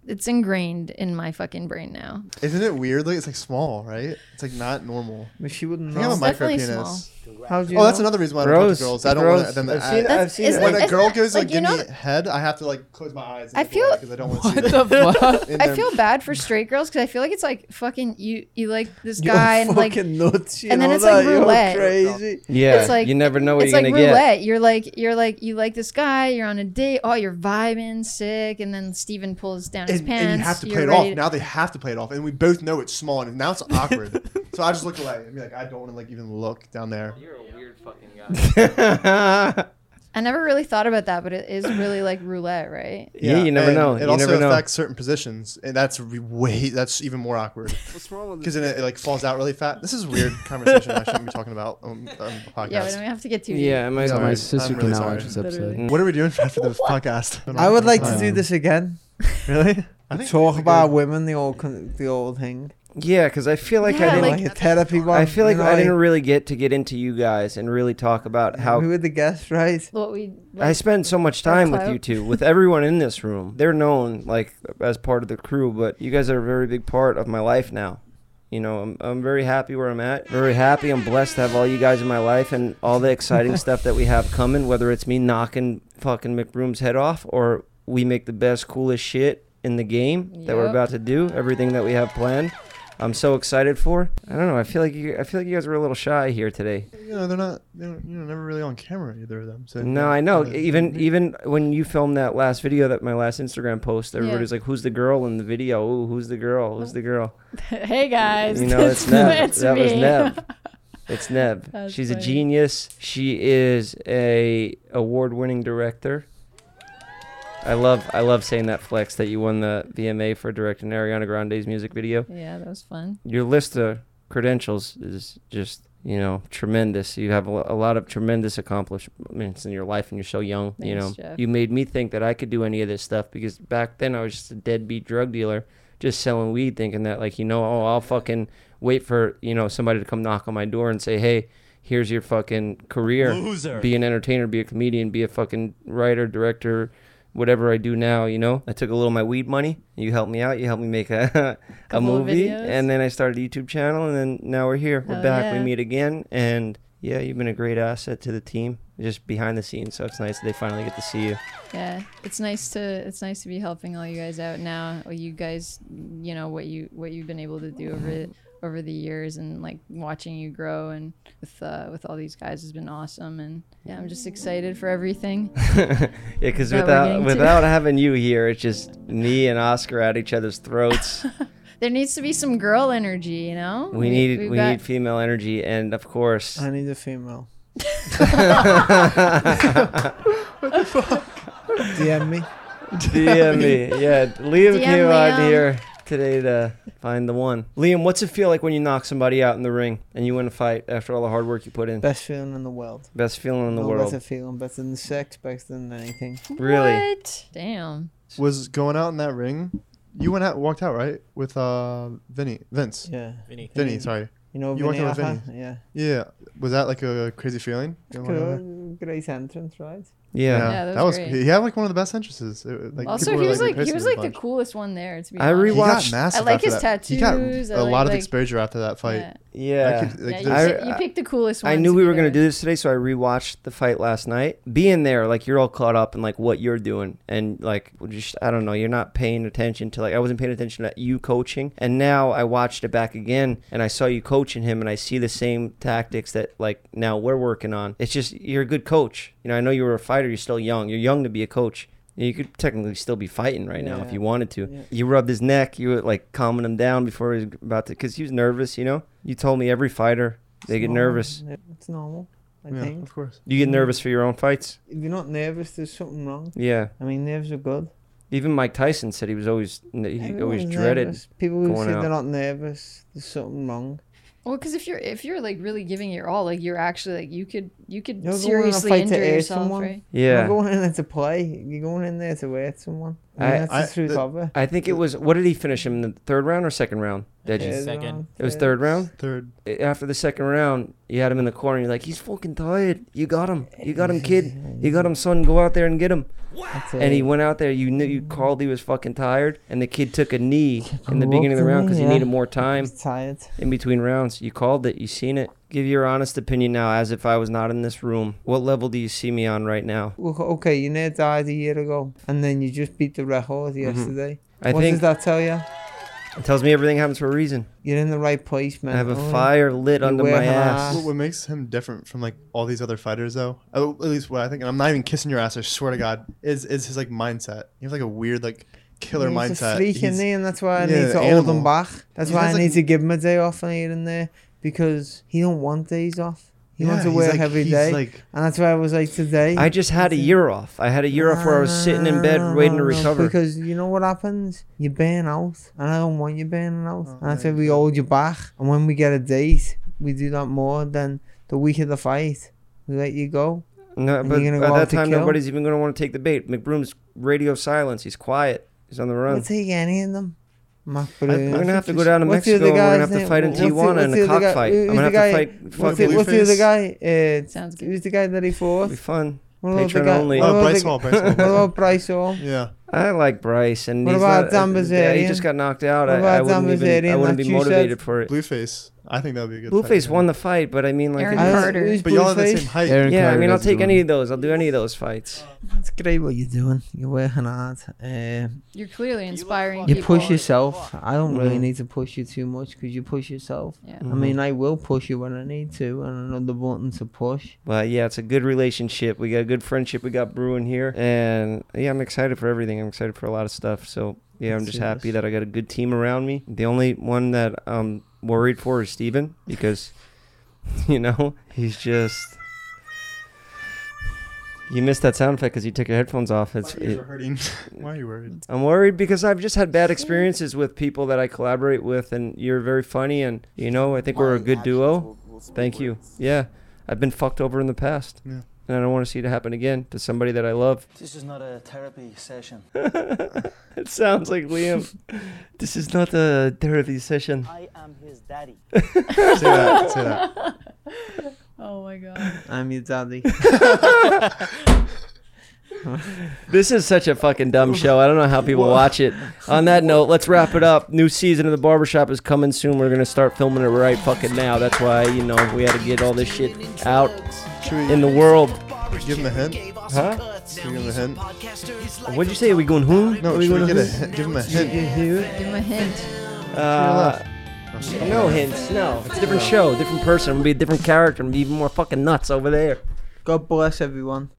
S6: It's ingrained in my fucking brain now.
S4: isn't it weird? Like it's like small, right? It's like not normal.
S5: But she wouldn't
S4: I think I'm a
S5: know.
S6: mic-
S4: micro
S6: definitely
S4: penis.
S5: How do you
S4: Oh, that's
S5: know?
S4: another reason why I don't talk
S2: Gross.
S4: to girls. I don't want
S2: Gross.
S4: them to.
S2: I've seen
S4: act-
S2: it. I've
S6: That's-
S2: seen it.
S6: isn't
S4: when
S6: it-
S4: a girl goes
S6: like,
S4: like,
S6: you
S4: give
S6: know-
S4: me head, I have to like close my eyes.
S6: I feel-
S4: because I don't want to see
S7: What
S4: them
S7: the fuck?
S4: in
S6: I
S4: their-
S6: feel bad for straight girls because I feel like it's like fucking you. You like this
S5: You're
S6: guy and like
S5: fucking nuts. You
S6: and then
S5: know
S6: it's
S5: that?
S6: like
S5: You're
S6: roulette.
S5: crazy.
S2: yeah,
S6: It's like-
S2: you never know what
S6: it's
S2: you're
S6: like
S2: gonna
S6: roulette. You're like you're like you like this guy. You're on a date. Oh, you're vibing sick, and then Steven pulls down his
S4: And,
S6: pants.
S4: and you have to play
S6: you're
S4: it
S6: ready
S4: off. Now they have to play it off, and we both know it's small, and now it's awkward. so I just look away and be like, I don't want to like even look down there.
S2: get. yeah,
S6: I never really thought about that, but it is really like roulette, right?
S2: you never
S4: and
S2: know.
S4: It
S2: you
S4: also
S2: never know.
S4: affects certain positions, and that's re- way that's even more awkward because then it, it, like falls out really fat. This is a weird conversation. I shouldn't be talking about on, on a podcast.
S6: Yeah, we don't have to get too deep.
S2: yeah, it might.
S4: Yeah,
S7: My
S4: I'm
S7: sister
S4: really
S7: cannot
S4: sorry.
S7: watch this episode.
S2: Literally.
S4: What are we doing after this podcast?
S5: I would like to do this again.
S4: Really?
S5: Talk about women, the old con- the old thing.
S2: Yeah, because I feel like I
S6: Yeah,
S5: You know,
S2: didn't.
S5: like, a therapy one.
S2: I feel like
S5: you know,
S2: I didn't really get to get into you guys and really talk about
S5: we
S2: how
S5: were the guests, right?
S6: What we
S2: I spend so much time with
S6: clout.
S2: you two, with everyone in this room. They're known like as part of the crew, but you guys are a very big part of my life now. You know, I'm, I'm very happy where I'm at. Very happy. I'm blessed to have all you guys in my life and all the exciting stuff that we have coming, whether it's me knocking fucking McBroom's head off or we make the best, coolest shit in the game that we're
S6: Yep.
S2: about to do, everything that we have planned. I'm so excited for. I don't know. I feel like you, I feel like you guys were a little shy here today.
S4: You know, they're not. They're you know never really on camera either of them. So
S2: No, I know. E-,
S4: Yeah. uh,
S2: Even even when you filmed that last video, that my last Instagram post, everybody's like, "Who's the girl in the video? Ooh, who's the girl? Who's the girl?"
S6: hey guys,
S2: You know, it's Neb. that was Neb. It's Neb.
S6: That's
S2: She's a
S6: funny.
S2: genius. She is a award-winning director. I love I love saying that flex that you won the VMA for directing Ariana Grande's music video.
S6: Yeah, that was fun.
S2: Your list of credentials is just you know tremendous. You have a, lo- a lot of tremendous accomplishments in your life, and you're so young. you know,
S6: Thanks, Jeff.
S2: you made me think that I could do any of this stuff because back then I was just a deadbeat drug dealer, just selling weed, thinking that like you know, oh, I'll fucking wait for you know somebody to come knock on my door and say, hey. Here's your fucking career.
S9: Loser.
S2: Be an entertainer, be a comedian, be a fucking writer, director, whatever I do now, you know. I took a little of my weed money. You helped me out. You helped me make a, a
S6: Couple of
S2: movie.
S6: videos.
S2: And then I started a YouTube channel, and then now we're here. We're
S6: Hell
S2: back. We
S6: yeah.
S2: meet again, and yeah, you've been a great asset to the team, just behind the scenes. So it's nice that they finally get to see you.
S6: Yeah, it's nice to it's nice to be helping all you guys out now. You guys, you know what you what you've been able to do over over the years and like watching you grow and with uh, with all these guys has been awesome and yeah I'm just excited for everything.
S2: yeah, because
S6: That we're
S2: without
S6: getting to.
S2: without having you here, it's just me and Oscar at each other's throats.
S6: There needs to be some girl energy, you know.
S2: we need
S6: we've
S2: we
S6: got-
S2: need female energy, and of course,
S5: I need a female. DM me.
S2: DM me. Yeah, Liam
S6: DM
S2: came out
S6: Liam.
S2: here today to find the one. Liam, what's it feel like when you knock somebody out in the ring and you win a fight after all the hard work you put in?
S5: Best feeling in the world.
S2: Best feeling in the
S5: no
S2: world.
S5: better feeling, better than sex, better than anything.
S2: Really?
S6: What? Damn.
S4: Was going out in that ring. You went out, walked out, right, with uh, Vinny, Vince,
S5: Yeah.
S9: Vinny.
S4: Vinny. Sorry.
S5: You know,
S4: You working
S5: Vinny
S4: with
S5: Aha? Yeah.
S4: Yeah. Was that like a crazy feeling? Going out there?
S5: Good- Great entrance, right?
S2: Yeah.
S6: Yeah, that
S4: that
S6: was
S4: was.
S6: great.
S4: He had like one of the best entrances. It- like,
S6: Also,
S4: people
S6: he
S4: were,
S6: was like, he
S4: impressing
S6: was
S4: him a
S6: like the
S4: bunch.
S6: coolest one there. To be
S2: I
S6: honest.
S4: He got
S2: Watched-
S4: massive
S6: I like
S4: after
S6: his
S4: that. He got
S6: tattoos. I
S4: a lot
S6: like-
S4: of exposure after that fight.
S6: Yeah.
S2: Yeah.
S4: I could, like,
S6: Yeah, you,
S4: there's-
S6: pick- you picked the coolest one.
S2: I knew we were gonna do this today, so I rewatched the fight last night. Being there, like you're all caught up in like what you're doing, and like just I don't know, you're not paying attention to like I wasn't paying attention to you coaching, and now I watched it back again, and I saw you coaching him, and I see the same tactics that like now we're working on. It's just you're a good coach. You know, I know you were a fighter. You're still young. You're young to be a coach. You could technically still be fighting right now if
S5: Yeah.
S2: you wanted to.
S5: Yeah.
S2: You rubbed his neck. You were like calming him down before he was about to, because he was nervous. You know, you told me every fighter they
S5: It's
S2: get
S5: normal.
S2: nervous.
S5: Yeah, It's normal, I
S4: Yeah,
S5: think.
S4: of course.
S2: You get nervous for your own fights?
S5: If you're not nervous, there's something wrong.
S2: Yeah.
S5: I mean, nerves are good.
S2: Even Mike Tyson said he was always he always
S5: Everyone's
S2: dreaded.
S5: nervous. People who
S2: going
S5: say
S2: out.
S5: they're not nervous, there's something wrong.
S6: Well, because if you're if you're like really giving your all, like you're actually like you could you could
S5: You're going on a
S6: seriously
S5: fight to
S6: injure
S5: air
S6: yourself,
S5: someone.
S6: right?
S5: You're
S2: Yeah.
S5: not going in there to play. You're going in there to hurt someone. I mean,
S2: I-
S5: that's
S4: I-
S5: the truth
S4: the-
S5: of it.
S2: I think it was what did he finish him in the third round or second round? Did you?
S9: Yeah.
S5: Third
S9: second.
S5: round,
S2: It was third round.
S4: Third.
S2: After the second round, you had him in the corner. You're like, he's fucking tired. You got him. You got him, kid. You got him, son. Go out there and get him.
S5: That's
S2: And he
S5: it.
S2: went out there. You knew you called. He was fucking tired. And the kid took a knee in the
S5: Walked
S2: beginning of the
S5: in
S2: round because he
S5: there.
S2: needed more time.
S5: He's tired.
S2: in between rounds. You called it. You seen it. Give your honest opinion now, as if I was not in this room. What level do you see me on right now?
S5: Look, okay, you near died a year ago, and then you just beat the record yesterday.
S2: Mm-hmm. I
S5: what
S2: think
S5: does that tell you?
S2: it tells me everything happens for a reason.
S5: You're in the right place, man.
S2: I have a
S5: Oh,
S2: fire lit
S5: You
S2: under
S5: wear
S2: my
S5: her
S2: ass.
S4: What, what makes him different from like all these other fighters, though, at at least what I think, and I'm not even kissing your ass. I swear to God, is is his like mindset. He has like a weird like killer
S5: he's
S4: mindset.
S5: a freak in
S4: He's-
S5: there, and that's why I
S4: yeah,
S5: need to hold
S4: animal.
S5: him back. That's
S4: He
S5: why I
S4: has, like-
S5: need to give him a day off here and there because he don't want days off. He wants
S4: Yeah,
S5: to
S4: he's,
S5: work
S4: like-
S5: every
S4: he's,
S5: day,
S4: like-
S5: and that's why I was like today.
S2: I just had a year off. I had a year off where I was sitting in bed waiting to
S5: No, no, no,
S2: recover.
S5: Uh, Because you know what happens? You burn out, and I don't want you burning out.
S4: Oh,
S5: and that's
S4: yeah,
S5: why we hold you back. And when we get a date, we do that more than the week of the fight. We let you go.
S2: No,
S5: And
S2: but
S5: you're
S2: at
S5: gonna go out
S2: that
S5: to
S2: time,
S5: kill?
S2: nobody's even going to want to take the bait. McBroom's radio silence. He's quiet. He's on the
S5: We'll
S2: run.
S5: take any of them. Mac
S2: Oh. I'm
S5: Bruno.
S2: gonna have to go down to
S5: What's the
S2: Mexico.
S5: other
S2: and We're gonna
S5: guy's
S2: have to
S5: name?
S2: fight in
S5: What's the-
S2: Tijuana in
S5: what's the
S2: a
S5: other guy-
S2: cockfight.
S5: who-
S2: I'm
S5: who's
S2: gonna have
S5: the
S2: to
S5: guy-
S2: fight.
S5: What's
S2: Fucking,
S5: the, what's the other
S4: Blueface?
S5: guy? Uh,
S6: Sounds good.
S5: who's the guy that he
S2: it'll be
S5: fought?
S2: fun.
S5: What about the
S2: Patron
S5: guy?
S2: only.
S5: What
S4: Oh,
S5: about
S4: Bryce
S5: the-
S4: Hall, Bryce Hall.
S5: What about Bryce Hall?
S4: Yeah.
S2: I like Bryce, and
S5: What
S2: he's
S5: about
S2: not,
S5: Dan
S2: uh, he
S5: Bazarian?
S2: just got knocked out. I,
S5: What
S2: I
S5: about Dan
S2: wouldn't, even, I
S5: Bazarian,
S2: wouldn't
S5: like
S2: be
S5: you said?
S2: motivated for it.
S4: Blueface. I think that would be a good.
S2: Blueface
S4: fight,
S2: won the fight, but I mean, like,
S6: Aaron
S2: it-
S5: I don't-
S6: Carter.
S5: who's
S4: But y'all have the
S5: Blueface?
S4: same height.
S7: Aaron
S2: yeah, I
S7: Carter
S2: mean, I'll
S7: does a good
S2: take
S7: one.
S2: any of those. I'll do any of those fights.
S5: That's great what you're doing. You're working hard. Uh,
S6: You're clearly inspiring.
S5: you
S6: people.
S5: push yourself. I don't really
S2: Mhm.
S5: need to push you too much because you push yourself.
S6: Yeah.
S2: Uh-huh.
S5: I
S2: Mm-hmm.
S5: mean, I will push you when I need to, and I know the button to push.
S2: But yeah, it's a good relationship. We got a good friendship. We got brewing here, and yeah, I'm excited for everything. I'm excited for a lot of stuff. So yeah, I'm
S5: Let's
S2: just
S5: do
S2: happy
S5: this.
S2: that I got a good team around me. The only one that I'm worried for is Steven because, you know, he's just. You missed that sound effect because you took your headphones off. It's
S4: My ears
S2: it-
S4: are hurting. Why are you worried?
S2: I'm worried because I've just had bad experiences with people that I collaborate with, and you're very funny, and you know I think we're a good duo. Thank you. Yeah, I've been fucked over in the past,
S4: Yeah.
S2: and I don't want to see it happen again to somebody that I love.
S1: This is not a therapy session.
S2: It sounds like Liam. this is not a therapy session.
S1: I am his daddy.
S4: Say that. Say that.
S6: Oh my god.
S5: I'm your daddy.
S2: This is such a fucking dumb show. I don't know how people watch it. On that note, let's wrap it up. New season of the barbershop is coming soon. We're gonna start filming it right fucking now. That's why you know we had to get all this shit out in the world.
S4: Give him a hint.
S2: Huh?
S4: Give him a hint.
S2: What'd you say? Are we going whom?
S4: No,
S2: Are we
S4: should we
S2: going
S4: get a
S2: whom?
S4: hint? Give him a hint.
S6: Give him a hint.
S2: Uh, No hints. No. It's a different show, different person. I'm gonna be a different character. I'm gonna be even more fucking nuts over there.
S5: God bless everyone.